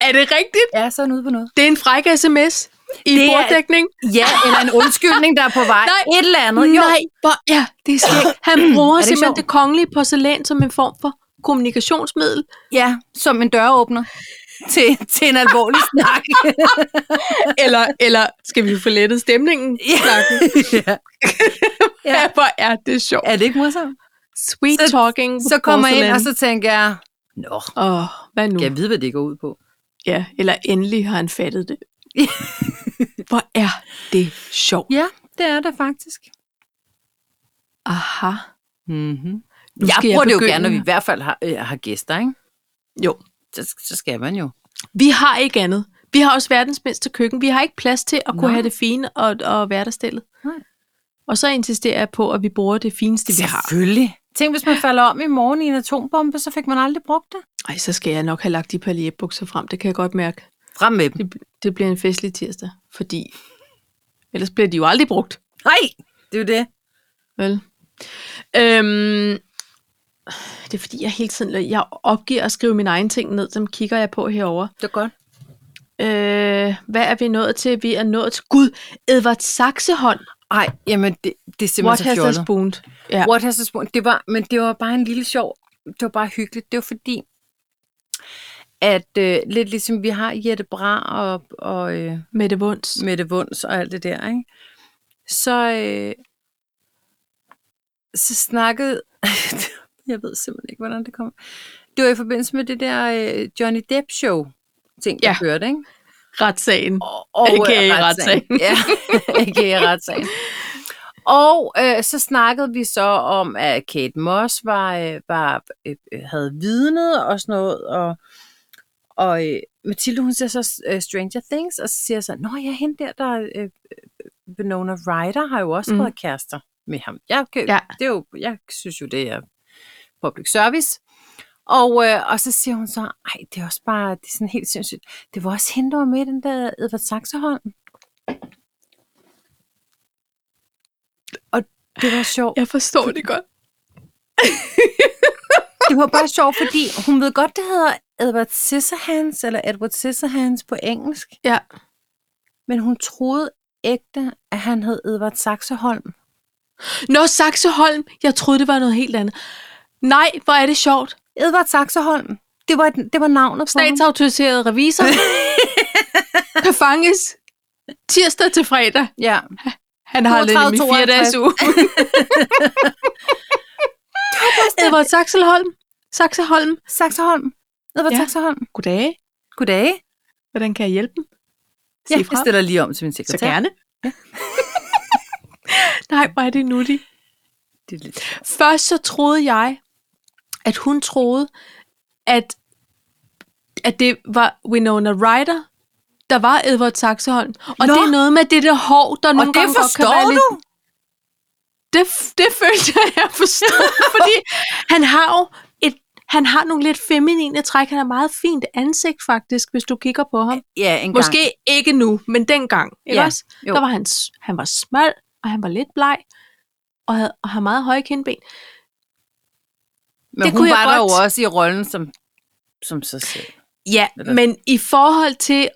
Speaker 1: Er det rigtigt?
Speaker 2: Ja, så er han ude på noget.
Speaker 1: Det er en fræk sms i
Speaker 2: Det er-
Speaker 1: borddækning?
Speaker 2: Ja, eller en undskyldning, der er på vej.
Speaker 1: Nej.
Speaker 2: Et eller andet. Jo.
Speaker 1: Nej, hvor, ja, det er skægt. Han bruger
Speaker 2: Er det
Speaker 1: simpelthen
Speaker 2: sjovt?
Speaker 1: det kongelige porcelæn som en form for kommunikationsmiddel.
Speaker 2: Ja, som en døråbner til, til en alvorlig snak.
Speaker 1: eller, eller skal vi få lettet stemningen?
Speaker 2: Ja.
Speaker 1: Snakken.
Speaker 2: ja.
Speaker 1: Ja. Hvor er det sjovt.
Speaker 2: Er det ikke morsomt?
Speaker 1: Sweet
Speaker 2: Så-
Speaker 1: talking.
Speaker 2: Så kommer jeg ind, og så tænker jeg, Nå,
Speaker 1: Åh, oh, hvad nu?
Speaker 2: kan
Speaker 1: Ja.
Speaker 2: jeg vide, hvad det går ud på?
Speaker 1: ja. Eller endelig har han fattet det. Hvor er det sjovt.
Speaker 2: Ja, det er det faktisk.
Speaker 1: Aha.
Speaker 2: Mm-hmm.
Speaker 1: Nu
Speaker 2: Jeg
Speaker 1: skal jeg
Speaker 2: bruger det jo
Speaker 1: begynde.
Speaker 2: gerne, når vi i hvert fald har, øh, har gæster, ikke?
Speaker 1: Jo.
Speaker 2: Så, så skal man jo.
Speaker 1: Vi har ikke andet. Vi har også verdens mindste køkken. Vi har ikke plads til at kunne
Speaker 2: Nej.
Speaker 1: have det fine og, og hverdagsstillet.
Speaker 2: Nej.
Speaker 1: Og så insisterer jeg på, at vi bruger det fineste, vi har.
Speaker 2: Selvfølgelig. Tænk, hvis man falder om i morgen i en atombombe, så fik man aldrig brugt det.
Speaker 1: Ej, så skal jeg nok have lagt de palierbukser frem. Det kan jeg godt mærke.
Speaker 2: Frem med dem.
Speaker 1: Det, det bliver en festlig tirsdag, fordi ellers bliver de jo aldrig brugt,
Speaker 2: Nej, det er jo det.
Speaker 1: vel? Øhm, det er fordi, jeg hele tiden jeg opgiver at skrive mine egne ting ned, dem kigger jeg på herover.
Speaker 2: Det er godt.
Speaker 1: Øh, hvad er vi nået til? Vi er nået til Gud, Edvard Saxehånd.
Speaker 2: Ej, jamen, det, det er
Speaker 1: What
Speaker 2: simpelthen
Speaker 1: has
Speaker 2: så
Speaker 1: us
Speaker 2: fjollet.
Speaker 1: spooned? Ja.
Speaker 2: What has a spoon? Det var, men det var bare en lille sjov. Det var bare hyggeligt. Det var fordi, at øh, lidt ligesom vi har Jette Bra og, og øh,
Speaker 1: Mette Wunds.
Speaker 2: Mette Vunds og alt det der, ikke? Så, øh, så snakkede... jeg ved simpelthen ikke, hvordan det kom. Det var i forbindelse med det der øh, Johnny Depp-show, ting, jeg
Speaker 1: Ja.
Speaker 2: ja. hørte, ikke?
Speaker 1: Retssagen.
Speaker 2: Og, og
Speaker 1: AKA
Speaker 2: øh,
Speaker 1: retssagen.
Speaker 2: Ja, ikke retssagen. Og øh, så snakkede vi så om, at Kate Moss var, øh, var, øh, øh, havde vidnet og sådan noget, og, og øh, Mathilde, hun ser så øh, Stranger Things, og så siger jeg så, Nå ja, hende der, der øh, øh, Winona Ryder, har jo også
Speaker 1: Mm.
Speaker 2: mm. været kærester med ham. Jeg, kan,
Speaker 1: Ja.
Speaker 2: ja. det er jo, jeg synes jo, det er public service. Og, øh, og så siger hun så, ej, det er også bare, det er sådan helt sindssygt. Det var også hende, der var med i den der Edvard Saxeholm. Og det var sjovt.
Speaker 1: Jeg forstår det godt.
Speaker 2: Det var bare sjovt, fordi hun ved godt, det hedder Edward Scissorhands, eller Edward Scissorhands på engelsk.
Speaker 1: Ja.
Speaker 2: Men hun troede ægte, at han hed Edward Saxeholm.
Speaker 1: Nå, Saxeholm. Jeg troede, det var noget helt andet. Nej, hvor er det sjovt.
Speaker 2: Edward Saxeholm. Det var, det var navnet på ham.
Speaker 1: Statsautoriseret revisor kan fanges tirsdag til fredag.
Speaker 2: Ja.
Speaker 1: Han har lidt i
Speaker 2: 32,
Speaker 1: fire dages uge. Edvard Saxelholm. Saxelholm.
Speaker 2: Saxeholm. Edward
Speaker 1: Ja.
Speaker 2: ja. Saxeholm.
Speaker 1: Goddag.
Speaker 2: Goddag.
Speaker 1: Hvordan kan jeg hjælpe dem?
Speaker 2: Ja,
Speaker 1: Sig
Speaker 2: jeg
Speaker 1: fra.
Speaker 2: stiller lige om til min
Speaker 1: Så
Speaker 2: sekretær.
Speaker 1: gerne. Ja. Nej, hvor er det nuttigt.
Speaker 2: Det er lidt...
Speaker 1: Først så troede jeg, at hun troede, at, at det var Winona Ryder, der var Edward Saxeholm. Og
Speaker 2: Nå.
Speaker 1: det er noget med det der hår, der
Speaker 2: Og
Speaker 1: nogle
Speaker 2: det
Speaker 1: gange godt kan
Speaker 2: forstår
Speaker 1: være
Speaker 2: du?
Speaker 1: lidt det, det følte jeg, jeg forstod, fordi han har jo et, han har nogle lidt feminine træk. Han har meget fint ansigt faktisk, hvis du kigger på ham.
Speaker 2: Ja, en gang.
Speaker 1: Måske ikke nu, men dengang. Ikke
Speaker 2: Ja,
Speaker 1: også?
Speaker 2: jo.
Speaker 1: Der var han, s- han var smal, og han var lidt bleg, og havde, og havde meget høje kindben.
Speaker 2: Men
Speaker 1: det
Speaker 2: hun
Speaker 1: kunne jeg
Speaker 2: var der
Speaker 1: godt.
Speaker 2: jo også i rollen som, som sig selv.
Speaker 1: Ja,
Speaker 2: Eller-
Speaker 1: men i forhold til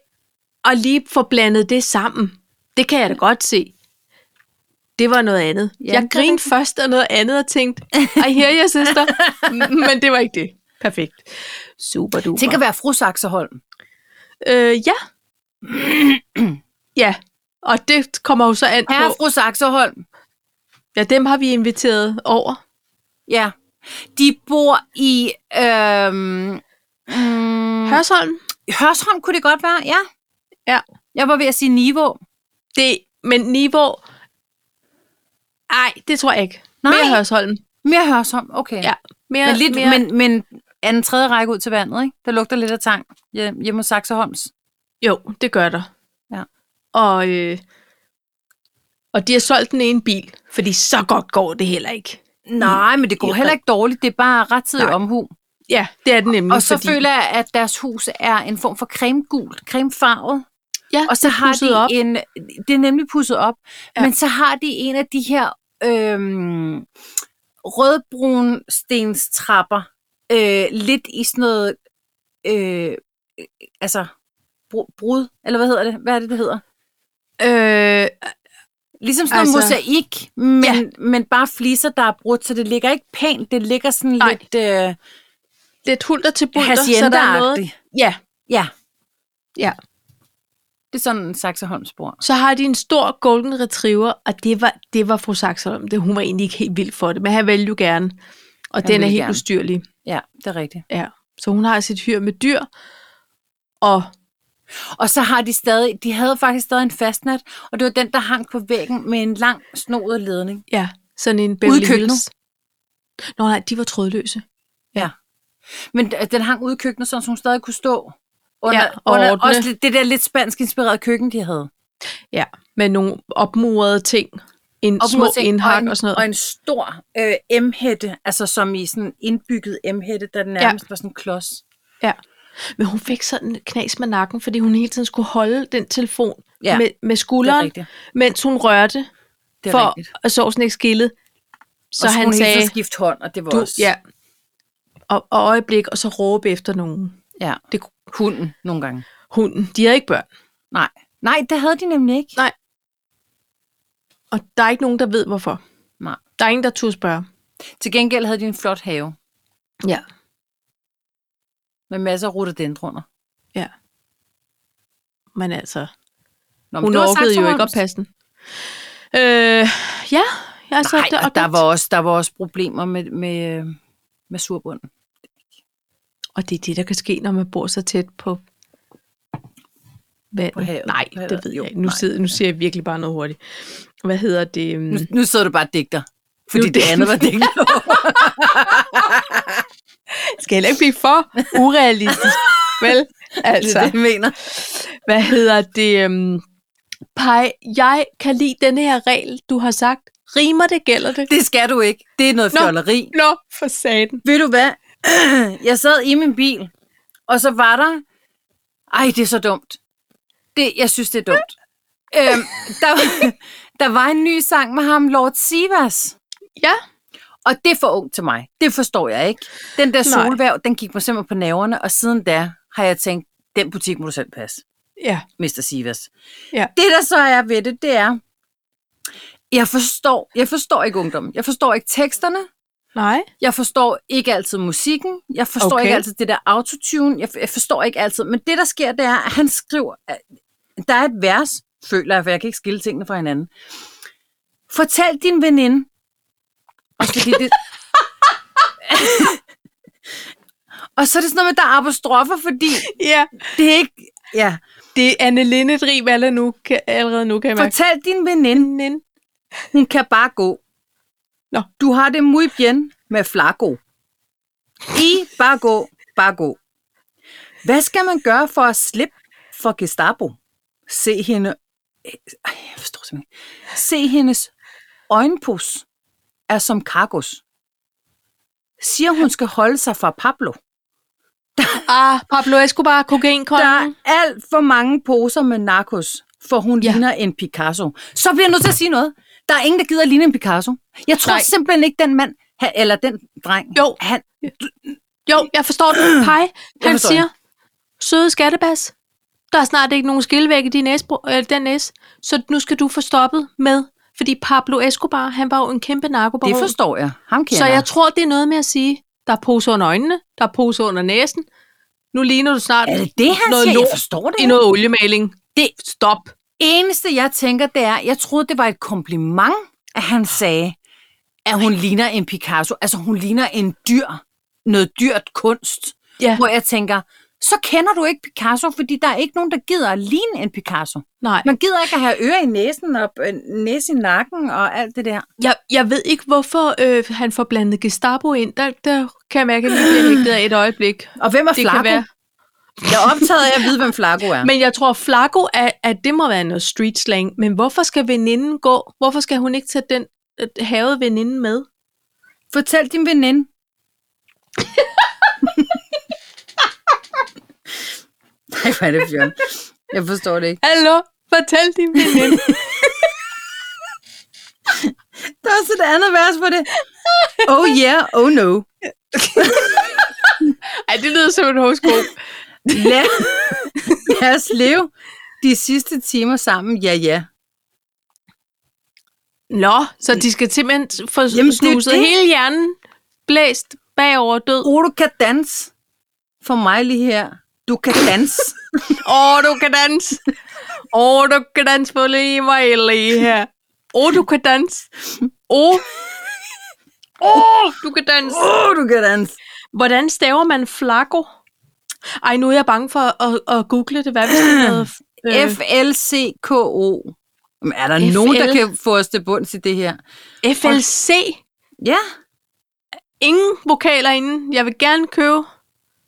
Speaker 1: at lige få blandet det sammen, det kan jeg da godt se. Det var noget andet.
Speaker 2: Ja,
Speaker 1: Ja, jeg
Speaker 2: det er
Speaker 1: grinede
Speaker 2: rigtigt.
Speaker 1: først af noget andet og tænkte, I hear you, sister. men det var ikke det. Perfekt. Super duper.
Speaker 2: Tænk at være fru Saxeholm.
Speaker 1: øh, ja. ja, og det kommer jo så an
Speaker 2: Herre
Speaker 1: på.
Speaker 2: fru Saxeholm.
Speaker 1: Ja, dem har vi inviteret over.
Speaker 2: Ja. De bor i... Øhm, mm,
Speaker 1: Hørsholm.
Speaker 2: Hørsholm kunne det godt være, ja.
Speaker 1: Ja.
Speaker 2: Jeg var ved at sige Niveau.
Speaker 1: Det, men Niveau... Nej, det tror jeg ikke.
Speaker 2: Nej.
Speaker 1: Mere Hørsholm.
Speaker 2: Mere Hørsholm, okay.
Speaker 1: Ja. Mere,
Speaker 2: Men, lidt,
Speaker 1: mere,
Speaker 2: men, men er den tredje række ud til vandet, ikke? Der lugter lidt af tang hjem- hjemme hos Saxeholms.
Speaker 1: Jo, det gør der.
Speaker 2: Ja.
Speaker 1: Og, øh, og de har solgt den ene bil, fordi så godt går det heller ikke.
Speaker 2: Nej, men det går
Speaker 1: Ja.
Speaker 2: heller ikke dårligt. Det er bare rettidig
Speaker 1: Nej.
Speaker 2: omhu.
Speaker 1: Ja, det er den nemlig.
Speaker 2: Og så
Speaker 1: fordi,
Speaker 2: føler jeg, at deres hus er en form for cremegult, cremefarvet.
Speaker 1: ja,
Speaker 2: Og så
Speaker 1: det er
Speaker 2: har
Speaker 1: pudset
Speaker 2: de
Speaker 1: op.
Speaker 2: en... Det er nemlig pusset op.
Speaker 1: Ja.
Speaker 2: Ja. Men så har de en af de her øhm, rødbrun stenstrapper. Øh, lidt i sådan noget... Øh, altså... bru- Brud, eller hvad hedder det? Hvad er det, det hedder?
Speaker 1: Øh,
Speaker 2: Ligesom sådan altså,
Speaker 1: Altså-
Speaker 2: noget mosaik, men,
Speaker 1: Ja.
Speaker 2: ja. men bare fliser, der er brudt, så det ligger ikke pænt. Det ligger sådan
Speaker 1: Nej.
Speaker 2: Nej. lidt øh,
Speaker 1: lidt hulter til bulter, så der er noget.
Speaker 2: hacienda-agtigt.
Speaker 1: Ja,
Speaker 2: Ja.
Speaker 1: Ja.
Speaker 2: Det er sådan en Saxeholms bor.
Speaker 1: så har de en stor golden retriever, og det var, det var fru Saxholm. Det, hun var egentlig ikke helt vild for det, men han ville jo gerne. Og
Speaker 2: Han
Speaker 1: den er
Speaker 2: ville
Speaker 1: helt
Speaker 2: gerne.
Speaker 1: ustyrlig.
Speaker 2: Ja, det er rigtigt.
Speaker 1: Ja. Så hun har sit hyr med dyr, og
Speaker 2: Og så har de stadig, de havde faktisk stadig en fastnat, og det var den, der hang på væggen med en lang, snoet ledning.
Speaker 1: ja, sådan en Beverly
Speaker 2: køkkenet.
Speaker 1: Hills. Nå nej, de var trådløse.
Speaker 2: Men øh, den hang ude i køkkenet, sådan, så hun stadig kunne stå under,
Speaker 1: Ja,
Speaker 2: ja,
Speaker 1: og
Speaker 2: og under
Speaker 1: ordne.
Speaker 2: også lidt- det der lidt spansk inspirerede køkken, de havde.
Speaker 1: Ja, med nogle opmurede ting. En
Speaker 2: Og
Speaker 1: små
Speaker 2: ting,
Speaker 1: indhak
Speaker 2: en,
Speaker 1: og sådan
Speaker 2: Og
Speaker 1: noget.
Speaker 2: en stor øh, M-hætte, altså som i sådan en indbygget M-hætte, der nærmest ja. var sådan en klods.
Speaker 1: Ja. Men hun fik sådan en knas med nakken, fordi hun hele tiden skulle holde den telefon ja,
Speaker 2: Ja,
Speaker 1: med, med skulderen,
Speaker 2: rigtigt.
Speaker 1: mens hun rørte,
Speaker 2: Det er
Speaker 1: for
Speaker 2: rigtigt.
Speaker 1: at sovsen ikke skillede. Så
Speaker 2: og skulle
Speaker 1: han
Speaker 2: hun hele
Speaker 1: sagde,
Speaker 2: tiden skifte hånd, og det var
Speaker 1: du,
Speaker 2: også
Speaker 1: ja, og, og øjeblik, og så råbe efter nogen.
Speaker 2: ja.
Speaker 1: Det kunne
Speaker 2: hunden nogle gange.
Speaker 1: hunden. De havde ikke børn.
Speaker 2: Nej. Nej, det havde de nemlig ikke.
Speaker 1: Nej. Og der er ikke nogen, der ved hvorfor.
Speaker 2: Nej.
Speaker 1: Der er ingen, der turde spørge.
Speaker 2: Til gengæld havde de en flot have
Speaker 1: Ja.
Speaker 2: med masser af rhododendroner.
Speaker 1: Ja. Men altså,
Speaker 2: Nå, men
Speaker 1: hun
Speaker 2: det var
Speaker 1: orkede jo
Speaker 2: Saxo
Speaker 1: ikke at
Speaker 2: Holms.
Speaker 1: passe den. Øh, ja, jeg så
Speaker 2: Nej,
Speaker 1: det,
Speaker 2: og der var, også, der var også problemer med, med, øh, med surbunden.
Speaker 1: og det er det, der kan ske, når man bor så tæt på vandet.
Speaker 2: På havet.
Speaker 1: Nej,
Speaker 2: På
Speaker 1: det
Speaker 2: havet.
Speaker 1: ved
Speaker 2: Jo,
Speaker 1: jeg ikke. Nu,
Speaker 2: nej.
Speaker 1: sidder, nu siger jeg virkelig bare noget hurtigt. Hvad hedder det? øhm,
Speaker 2: Nu, nu sidder du bare og digter, fordi
Speaker 1: Nu
Speaker 2: det
Speaker 1: digter-
Speaker 2: andet var digter.
Speaker 1: Skal heller ikke blive for urealistisk. Vel,
Speaker 2: det er
Speaker 1: altså.
Speaker 2: det, jeg mener.
Speaker 1: Hvad hedder det? øhm, Pej, jeg kan lide denne her regel, du har sagt. Rimer det, gælder det?
Speaker 2: Det skal du ikke. Det er noget
Speaker 1: Nå.
Speaker 2: fjolleri.
Speaker 1: Nå, for satan.
Speaker 2: ved du hvad? jeg sad i min bil, og så var der... Ej, det er så dumt. Det, jeg synes, det er dumt. øhm, der, der var en ny sang med ham, Lord Sivas.
Speaker 1: Ja,
Speaker 2: Og det er for ung til mig. Det forstår jeg ikke. Den der
Speaker 1: Nej.
Speaker 2: solværv, den gik mig simpelthen på naverne, og siden da har jeg tænkt, den butik må du selv passe,
Speaker 1: ja,
Speaker 2: Mr. Sivas.
Speaker 1: Ja.
Speaker 2: Det, der så er ved det, det er, jeg forstår, jeg forstår ikke ungdommen. Jeg forstår ikke teksterne.
Speaker 1: nej.
Speaker 2: Jeg forstår ikke altid musikken. Jeg forstår
Speaker 1: Okay.
Speaker 2: okay. ikke altid det der autotune. Jeg, jeg forstår ikke altid. Men det, der sker, det er, at han skriver... at Der er et vers, føler jeg, for jeg kan ikke skille tingene fra hinanden. Fortæl din veninde. Også fordi det... Og så er det sådan noget med, at der er apostrofer, fordi
Speaker 1: Ja,
Speaker 2: det er ikke... Ja.
Speaker 1: Det er Anne Linde et rim allerede nu, kan, allerede nu, kan jeg mærke.
Speaker 2: Fortæl din veninde,
Speaker 1: Nin.
Speaker 2: hun kan bare gå.
Speaker 1: Nå.
Speaker 2: Du har det muy bien med flaco. I bare gå, bare gå. Hvad skal man gøre for at slippe for Gestapo? Se hende... Ej, jeg forstår simpelthen. ikke. Se hendes øjenpus er som kakos. Siger, hun skal holde sig fra Pablo.
Speaker 1: Ah, Pablo Escobar,
Speaker 2: Der er
Speaker 1: kokainkongen.
Speaker 2: alt for mange poser med narkos, for hun ja.
Speaker 1: Ja.
Speaker 2: ligner en Picasso. Så bliver jeg nødt til at sige noget. Der er ingen, der gider at ligne en Picasso. Jeg tror Nej.
Speaker 1: Nej.
Speaker 2: simpelthen ikke, den mand, ha- eller den dreng,
Speaker 1: Jo.
Speaker 2: han,
Speaker 1: Jo, jeg forstår det. Pej, han
Speaker 2: forstår
Speaker 1: siger, søde skattebas, der er snart ikke nogen skillevæg i din næsbro, øh, den næs, så nu skal du få stoppet med, fordi Pablo Escobar, han var jo en kæmpe narkobaron.
Speaker 2: det forstår jeg. Ham kender
Speaker 1: Så jeg tror, det er noget med at sige, der er poser under øjnene, der er poser under næsen, nu ligner du snart
Speaker 2: Er det det, han
Speaker 1: Noget
Speaker 2: siger? Jeg
Speaker 1: lort
Speaker 2: forstår det.
Speaker 1: i noget oliemaling.
Speaker 2: Det
Speaker 1: Stop.
Speaker 2: eneste, jeg tænker, det er, jeg troede, det var et kompliment, at han sagde, at hun ligner en Picasso. Altså, hun ligner en dyr. Noget dyrt kunst.
Speaker 1: Ja,
Speaker 2: Hvor jeg tænker, så kender du ikke Picasso, fordi der er ikke nogen, der gider at ligne en Picasso.
Speaker 1: nej.
Speaker 2: Man gider ikke at have ører i næsen og øh, næse i nakken og alt det der.
Speaker 1: Jeg, jeg ved ikke, hvorfor øh, han får blandet Gestapo ind. Der, der kan jeg mærke, at jeg lige bliver hægtet af et øjeblik.
Speaker 2: Og hvem er
Speaker 1: Det
Speaker 2: Flaco?
Speaker 1: kan være.
Speaker 2: Jeg er optaget af at vide, hvem Flaco er.
Speaker 1: Men jeg tror, Flaco er, at det må være noget street slang. Men hvorfor skal veninden gå? Hvorfor skal hun ikke tage den øh, havede veninde med?
Speaker 2: Fortæl din veninde. Nej, hvor er det fjol. Jeg forstår det ikke.
Speaker 1: Hallo, fortæl din veninde.
Speaker 2: Der er også et andet vers på det. Oh yeah, oh no.
Speaker 1: Ej, det lyder som en horoskop.
Speaker 2: Lad, lad os leve de sidste timer sammen. Ja, ja.
Speaker 1: Nå, så de skal simpelthen få
Speaker 2: er jo
Speaker 1: Jamen, snuset
Speaker 2: det.
Speaker 1: hele hjernen blæst bagover død.
Speaker 2: Oh, du kan danse. For mig lige her. Du kan danse.
Speaker 1: Åh, oh, du kan danse. Åh, oh, du kan danse på lige mig lige her. Åh, oh, du kan danse. Åh. Oh. Åh, oh, du kan danse.
Speaker 2: Åh, oh, du kan danse.
Speaker 1: Hvordan staver man flaco? Ej, nu er jeg bange for at, at google det. Hvad hvis det er noget... øh,
Speaker 2: F-L-C-K-O. Jamen, Er der FL? nogen, der
Speaker 1: FL?
Speaker 2: kan få os til bunds i det her?
Speaker 1: FLC?
Speaker 2: Ja.
Speaker 1: Ingen vokaler inden. Jeg vil gerne købe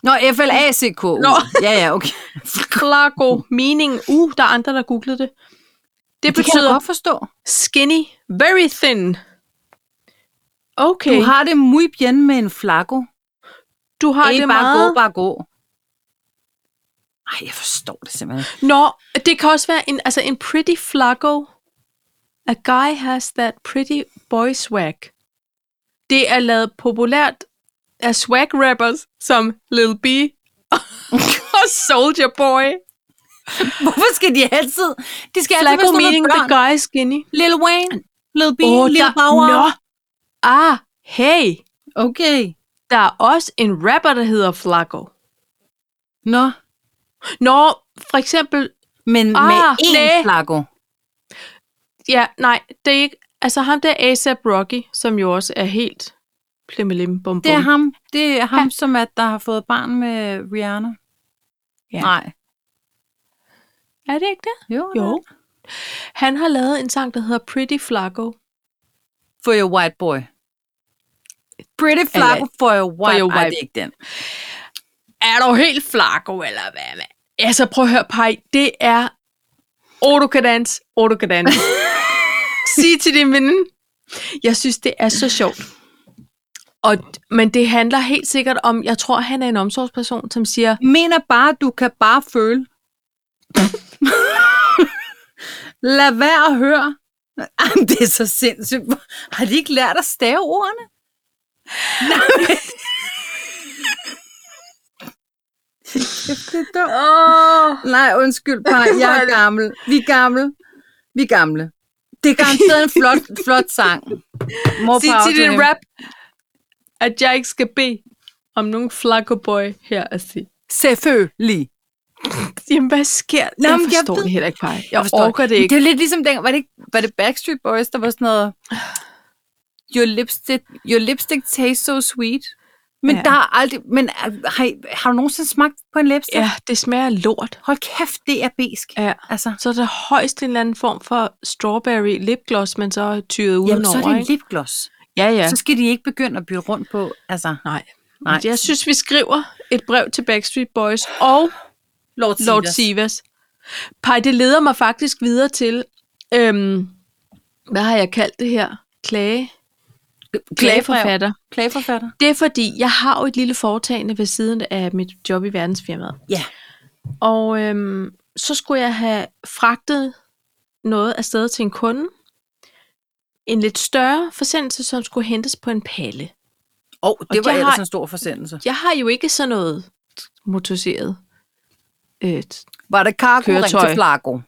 Speaker 2: Nå, F-L-A-C-K-O.
Speaker 1: Nå.
Speaker 2: Ja, ja, okay.
Speaker 1: flaco meaning. Uh, der er andre, der googlede det. Det
Speaker 2: Det kan jeg
Speaker 1: betyder
Speaker 2: godt forstå.
Speaker 1: skinny, very thin. Okay,
Speaker 2: Du har det muy bien med en flaco.
Speaker 1: du har
Speaker 2: Ikke
Speaker 1: det
Speaker 2: bare
Speaker 1: meget...
Speaker 2: gå, bare gå. Ej, jeg forstår det simpelthen. ikke.
Speaker 1: Nå, det kan også være en, altså en pretty flaco. A guy has that pretty boy swag. Det er lavet populært af swag rappers som Lil B og Soldier Boy.
Speaker 2: Hvorfor skal de altid? De skal altid være
Speaker 1: Flaco
Speaker 2: sådan noget
Speaker 1: meaning
Speaker 2: med
Speaker 1: the
Speaker 2: børn.
Speaker 1: guy is skinny.
Speaker 2: Lil Wayne, Lil B,
Speaker 1: Åh,
Speaker 2: Lil
Speaker 1: der-
Speaker 2: Bauer.
Speaker 1: Nå. Ah, hey.
Speaker 2: Okay.
Speaker 1: Der er også en rapper, der hedder Flaco.
Speaker 2: Nå.
Speaker 1: Nå, for eksempel,
Speaker 2: Men ah, med
Speaker 1: Ah,
Speaker 2: én
Speaker 1: næ.
Speaker 2: flaco.
Speaker 1: ja, nej, det er ikke, altså ham der ASAP Rocky, som jo også er helt plimmelim bom
Speaker 2: Det er
Speaker 1: bom.
Speaker 2: ham. Det er ham, som er, der har fået barn med Rihanna.
Speaker 1: Ja.
Speaker 2: Nej.
Speaker 1: Er det ikke det?
Speaker 2: Jo.
Speaker 1: Jo.
Speaker 2: det er-
Speaker 1: Han har lavet en sang, der hedder Pretty Flaco.
Speaker 2: For your white boy. Pretty flaco for your white.
Speaker 1: your
Speaker 2: Ej,
Speaker 1: white-
Speaker 2: det er ikke den.
Speaker 1: Er du helt flaco, eller hvad, mand? Altså, prøv at høre, Paj. Det er... Åh, du kan danse. Åh, du kan danse. Sig til din veninde. Jeg synes, det er så sjovt. Og, men det handler helt sikkert om, jeg tror, han er en omsorgsperson, som siger,
Speaker 2: mener bare, du kan bare føle. Lad være at høre. Jamen, det er så sindssygt. Har de ikke lært at stave ordene? Nej, men... det er dumt.
Speaker 1: Åh,
Speaker 2: Nej, undskyld, par. Jeg er gammel. Vi er gamle. Vi er gamle. Det er garanteret en flot, flot sang. More
Speaker 1: sig
Speaker 2: power
Speaker 1: til
Speaker 2: to him.
Speaker 1: din rap, at jeg ikke skal bede om nogen flaco boy her at sige.
Speaker 2: Selvfølgelig.
Speaker 1: Jamen, hvad sker der?
Speaker 2: Nå,
Speaker 1: Jeg
Speaker 2: men jeg
Speaker 1: forstår
Speaker 2: ved-
Speaker 1: det heller ikke, Paj.
Speaker 2: Jeg
Speaker 1: Jeg orker det
Speaker 2: Men
Speaker 1: ikke.
Speaker 2: Det er lidt ligesom den, var det, ikke, var det Backstreet Boys, der var sådan noget, your lipstick, your lipstick tastes so sweet. Men
Speaker 1: Ja.
Speaker 2: ja. der er aldrig... Men er- har, I- har du nogensinde smagt på en læbestift?
Speaker 1: Ja, det smager af lort.
Speaker 2: Hold kæft, det er besk.
Speaker 1: Ja.
Speaker 2: Altså,
Speaker 1: Så er der højst en eller anden form for strawberry lipgloss, men så er tyret udenover.
Speaker 2: jamen, så er det en
Speaker 1: ikke?
Speaker 2: lipgloss.
Speaker 1: Ja, ja.
Speaker 2: Ja. Så skal de ikke begynde at bytte rundt på... Altså,
Speaker 1: Nej.
Speaker 2: Nej.
Speaker 1: Nej. Jeg synes, vi skriver et brev til Backstreet Boys og
Speaker 2: Lord,
Speaker 1: Lord Sivas. Pej, det leder mig faktisk videre til, øhm, hvad har jeg kaldt det her? Klage? Klageforfatter.
Speaker 2: Klageforfatter.
Speaker 1: Det er fordi, jeg har jo et lille foretagende ved siden af mit job i verdensfirmaet.
Speaker 2: Ja.
Speaker 1: Og øhm, så skulle jeg have fragtet noget afsted til en kunde. En lidt større forsendelse, som skulle hentes på en palle.
Speaker 2: Åh, oh, det
Speaker 1: Og
Speaker 2: var
Speaker 1: jeg
Speaker 2: ellers
Speaker 1: har-
Speaker 2: en stor forsendelse.
Speaker 1: Jeg har jo ikke sådan noget motoriseret. Øh,
Speaker 2: Var det Cargo ring
Speaker 1: Køretøj.
Speaker 2: til Flago?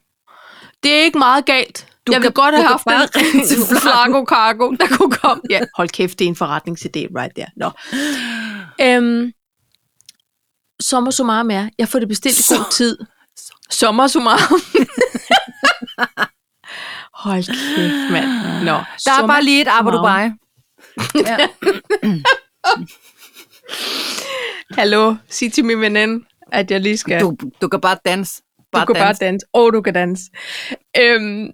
Speaker 1: Det er ikke meget galt. Du jeg
Speaker 2: kan-
Speaker 1: vil godt
Speaker 2: du
Speaker 1: have
Speaker 2: kan
Speaker 1: haft
Speaker 2: bare ringe til
Speaker 1: en Flago Cargo, der kunne komme. Ja, hold kæft, det er en forretningsidé right there. Nå. Øhm, sommer summarum er, jeg får det bestilt i
Speaker 2: Så-
Speaker 1: god tid. Sommer summarum. hold kæft, mand. Nå. Der
Speaker 2: Der er bare lige et Abu Dubai. ja.
Speaker 1: Hallo, sig til min veninde, at jeg lige skal...
Speaker 2: du, du kan bare danse.
Speaker 1: du kan bare
Speaker 2: danse.
Speaker 1: danse. Åh, oh, du kan danse. Øhm,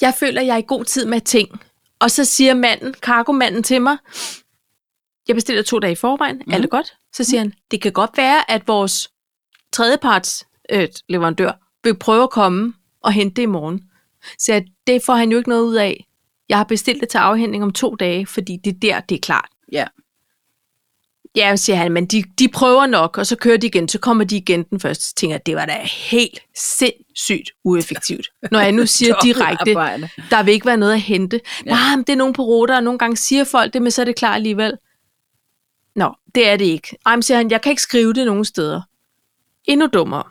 Speaker 1: jeg føler, jeg er i god tid med ting. Og så siger manden, kargomanden til mig, jeg bestiller to dage i forvejen, mm. alt er godt. Så siger han, det kan godt være, at vores tredjeparts øh, leverandør vil prøve at komme og hente det i morgen. Så jeg, det får han jo ikke noget ud af. Jeg har bestilt det til afhentning om to dage, fordi det er der, det er klart.
Speaker 2: Ja.
Speaker 1: Ja, siger han, men de, de prøver nok, og så kører de igen, så kommer de igen den første. Så tænker jeg, det var da helt sindssygt ueffektivt. Når jeg nu siger direkte,
Speaker 2: Dobbeltarbejde.
Speaker 1: der vil ikke være noget at hente. Ja. Nej, men det er nogen på ruter, og nogle gange siger folk det, men så er det klar alligevel. Nå, det er det ikke. Ej, men siger han, jeg kan ikke skrive det nogen steder. Endnu dummere.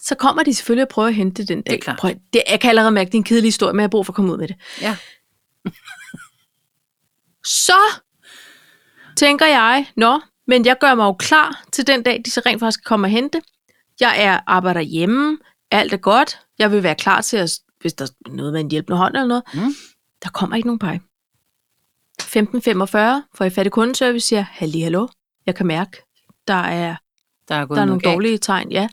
Speaker 1: Så kommer de selvfølgelig og prøver at hente det den dag.
Speaker 2: klart.
Speaker 1: Prøv, det, jeg kan allerede mærke, det er en kedelig historie, men jeg har brug for at komme ud med det.
Speaker 2: Ja.
Speaker 1: Så tænker jeg, nå, men jeg gør mig jo klar til den dag, de så rent faktisk kommer og hente. Jeg er arbejder hjemme, alt er godt, jeg vil være klar til, at, hvis der er noget med en hjælpende hånd eller noget.
Speaker 2: Mm.
Speaker 1: Der kommer ikke nogen pege. 15.45 får jeg fat i kundeservice, siger, halli, hallo, jeg kan mærke, der er
Speaker 2: Der er, gået
Speaker 1: der er nogle
Speaker 2: noget galt.
Speaker 1: dårlige tegn, ja.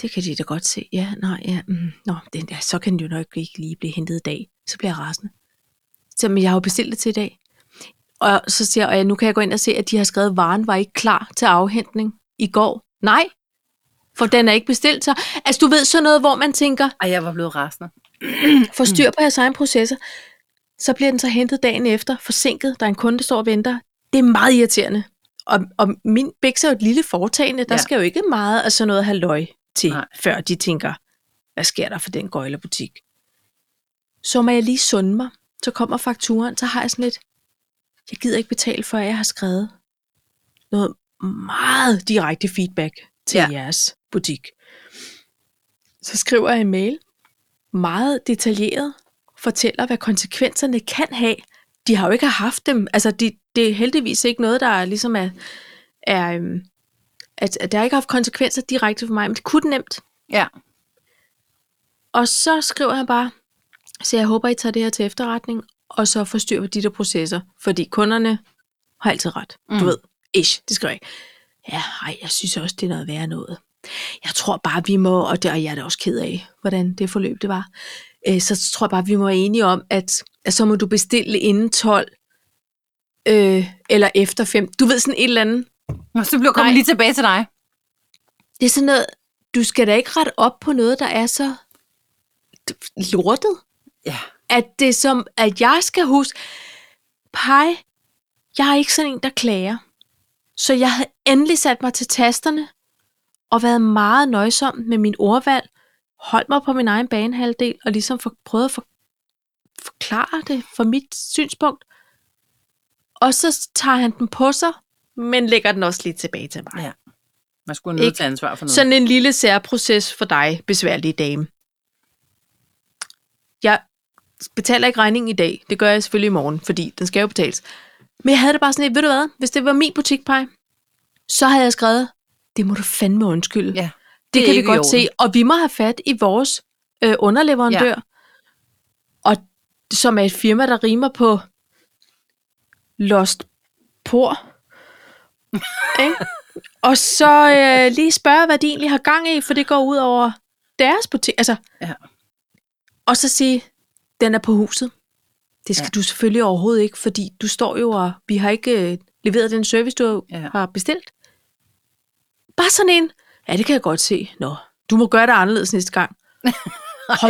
Speaker 1: Det kan de da godt se. Ja, nej, ja. Mm, nå, den der, så kan den jo nok ikke lige blive hentet i dag. Så bliver jeg rasende. Så, men jeg har jo bestilt det til i dag. Og så siger jeg, og jeg, nu kan jeg gå ind og se, at de har skrevet, at varen var ikke klar til afhentning i går. Nej, for den er ikke bestilt. Så, altså, du ved sådan noget, hvor man tænker,
Speaker 2: Ej, jeg var blevet rasende. Mm.
Speaker 1: får styr på jeres egen processer. Så bliver den så hentet dagen efter, forsinket, der er en kunde, der står og venter. Det er meget irriterende. Og, og min bæks er jo et lille foretagende, der
Speaker 2: Ja.
Speaker 1: ja. skal jo ikke meget af sådan noget halløj til,
Speaker 2: Nej.
Speaker 1: Nej. før de tænker, hvad sker der for den gøjlerbutik? Så må jeg lige sunde mig. Så kommer fakturen, så har jeg sådan lidt, jeg gider ikke betale, før jeg har skrevet noget meget direkte feedback til
Speaker 2: Ja.
Speaker 1: ja. jeres butik. Så skriver jeg en mail, meget detaljeret fortæller, hvad konsekvenserne kan have. De har jo ikke haft dem. Altså, de, det er heldigvis ikke noget, der er ligesom er, er øhm, at, at der ikke har haft konsekvenser direkte for mig, men det kunne det nemt.
Speaker 2: Ja.
Speaker 1: Og så skriver han bare, så jeg håber, I tager det her til efterretning, og så forstyrrer de der processer, fordi kunderne har altid ret. Mm.
Speaker 2: Mm.
Speaker 1: Du ved, ish, det skriver jeg. Ja, ej, jeg synes også, det er noget værre noget. Jeg tror bare, vi må, og det og jeg er da også ked af, hvordan det forløb det var, øh, så tror jeg bare, vi må være enige om, at, at så må du bestille inden 12, øh, eller efter 5. Du ved sådan et eller andet.
Speaker 2: Og så blev kommet
Speaker 1: Nej.
Speaker 2: lige tilbage til dig.
Speaker 1: Det er sådan noget, du skal da ikke rette op på noget, der er så lortet.
Speaker 2: Ja.
Speaker 1: at det er som, at jeg skal huske, pej, jeg er ikke sådan en, der klager. Så jeg havde endelig sat mig til tasterne og været meget nøjsom med min ordvalg, holdt mig på min egen banehalvdel og ligesom for, prøvet at for, forklare det fra mit synspunkt. Og så tager han den på sig, men lægger den også lige tilbage til mig.
Speaker 2: Ja. Man skulle nødt
Speaker 1: Ikke?
Speaker 2: til ansvar for noget.
Speaker 1: Sådan en lille særproces for dig, besværlige dame. Jeg betaler ikke regningen i dag. Det gør jeg selvfølgelig i morgen, fordi den skal jo betales. Men jeg havde det bare sådan lidt, ved du hvad, hvis det var min butikpej, så havde jeg skrevet, det må du fandme undskylde.
Speaker 2: Ja.
Speaker 1: det, det
Speaker 2: er
Speaker 1: kan vi
Speaker 2: ikke i
Speaker 1: godt
Speaker 2: orden.
Speaker 1: se, og vi må have fat i vores øh, underleverandør, ja. og som er et firma, der rimer på lost por. Ikke? Og så øh, lige spørge, hvad de egentlig har gang i, for det går ud over deres butik. Altså,
Speaker 2: Ja.
Speaker 1: Og så sige, den er på huset. Det skal
Speaker 2: Ja.
Speaker 1: ja. du selvfølgelig overhovedet ikke, fordi du står jo og vi har ikke øh, leveret den service, du
Speaker 2: Ja.
Speaker 1: ja. har bestilt. Bare sådan en, ja det kan jeg godt se. Nå, du må gøre det anderledes næste gang. Hold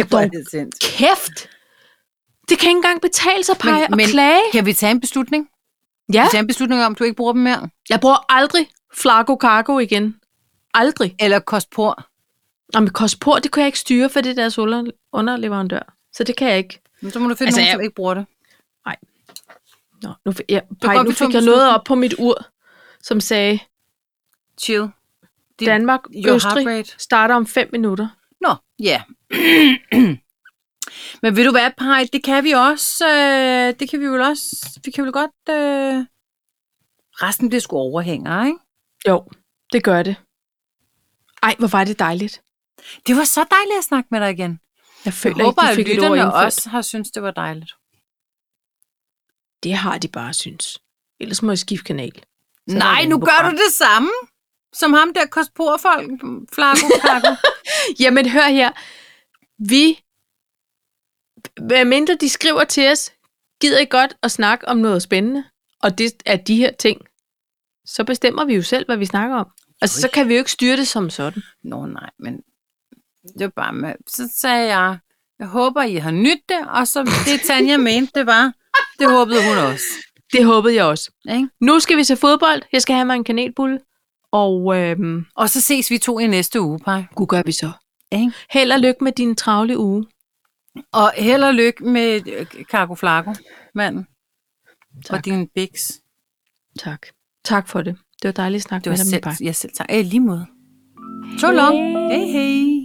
Speaker 2: Ej, hvor er
Speaker 1: dog
Speaker 2: det sindssygt.
Speaker 1: kæft! Det kan ikke engang betale sig,
Speaker 2: Men-
Speaker 1: Paj, at
Speaker 2: men-
Speaker 1: klage.
Speaker 2: Kan vi tage en beslutning? Kan
Speaker 1: Ja,
Speaker 2: vi tage en beslutning om, at du ikke bruger dem mere?
Speaker 1: jeg bruger aldrig Flago Cargo igen. Aldrig.
Speaker 2: Eller Kostpor?
Speaker 1: Og med Kospor, det kunne jeg ikke styre, for det er deres under, underleverandør. Så det kan jeg ikke.
Speaker 2: Men så må du finde
Speaker 1: Altså,
Speaker 2: altså, nogen,
Speaker 1: jeg-
Speaker 2: som ikke bruger det.
Speaker 1: Nå, nu, fi- ja,
Speaker 2: godt,
Speaker 1: pej,
Speaker 2: vi
Speaker 1: nu
Speaker 2: tog en
Speaker 1: fik jeg
Speaker 2: beslutning.
Speaker 1: noget op på mit ur, som sagde,
Speaker 2: Chill. Din-
Speaker 1: Danmark,
Speaker 2: your heart
Speaker 1: Østrig
Speaker 2: rate.
Speaker 1: starter om fem minutter.
Speaker 2: Nå, ja. Men vil du være pej? Det kan vi også. Øh, det kan vi vel også. Vi kan vel godt... Øh... Resten det skulle overhænger, ikke?
Speaker 1: Jo, det gør det. Ej, hvor var det dejligt.
Speaker 2: Det var så dejligt at snakke med dig igen.
Speaker 1: Jeg
Speaker 2: Jeg
Speaker 1: føler ikke,
Speaker 2: håber,
Speaker 1: de
Speaker 2: at
Speaker 1: fik et ord
Speaker 2: lytterne
Speaker 1: indført.
Speaker 2: også har syntes, det var dejligt.
Speaker 1: Det har de bare synes. Ellers må jeg skifte kanal. Så er
Speaker 2: Nej,
Speaker 1: der
Speaker 2: nu
Speaker 1: nogen på
Speaker 2: gør du
Speaker 1: brand.
Speaker 2: det samme. Som ham der kostporfolk. Flaco, flaco.
Speaker 1: Jamen, hør her. Vi, hvad mindre de skriver til os, gider I godt at snakke om noget spændende, og det er de her ting, så bestemmer vi jo selv, hvad vi snakker om. Altså, så
Speaker 3: Ui.
Speaker 1: kan vi jo ikke styre det som sådan.
Speaker 2: Nå nej, men det var bare med. Så sagde jeg, jeg håber, I har nyt det, og så det Tanja mente, det var, det håbede hun også.
Speaker 1: Det håbede jeg også.
Speaker 2: Ikke?
Speaker 1: Nu skal vi se fodbold. Jeg skal have mig en kanelbulle. Og øhm,
Speaker 2: Og så ses vi to i næste uge, Paj.
Speaker 1: gud gør vi så.
Speaker 2: Ikke?
Speaker 1: Held og lykke med din travle uge.
Speaker 2: Og held og lykke med øh, Cargo Flaco, manden. Og
Speaker 1: Tak.
Speaker 2: din biks.
Speaker 1: Tak. Tak for det. Det var dejligt at snakke
Speaker 2: Det var
Speaker 1: med dig, min
Speaker 2: selv,
Speaker 1: par.
Speaker 2: jeg selv tager. Øh, lige måde. Så long. Hej hej.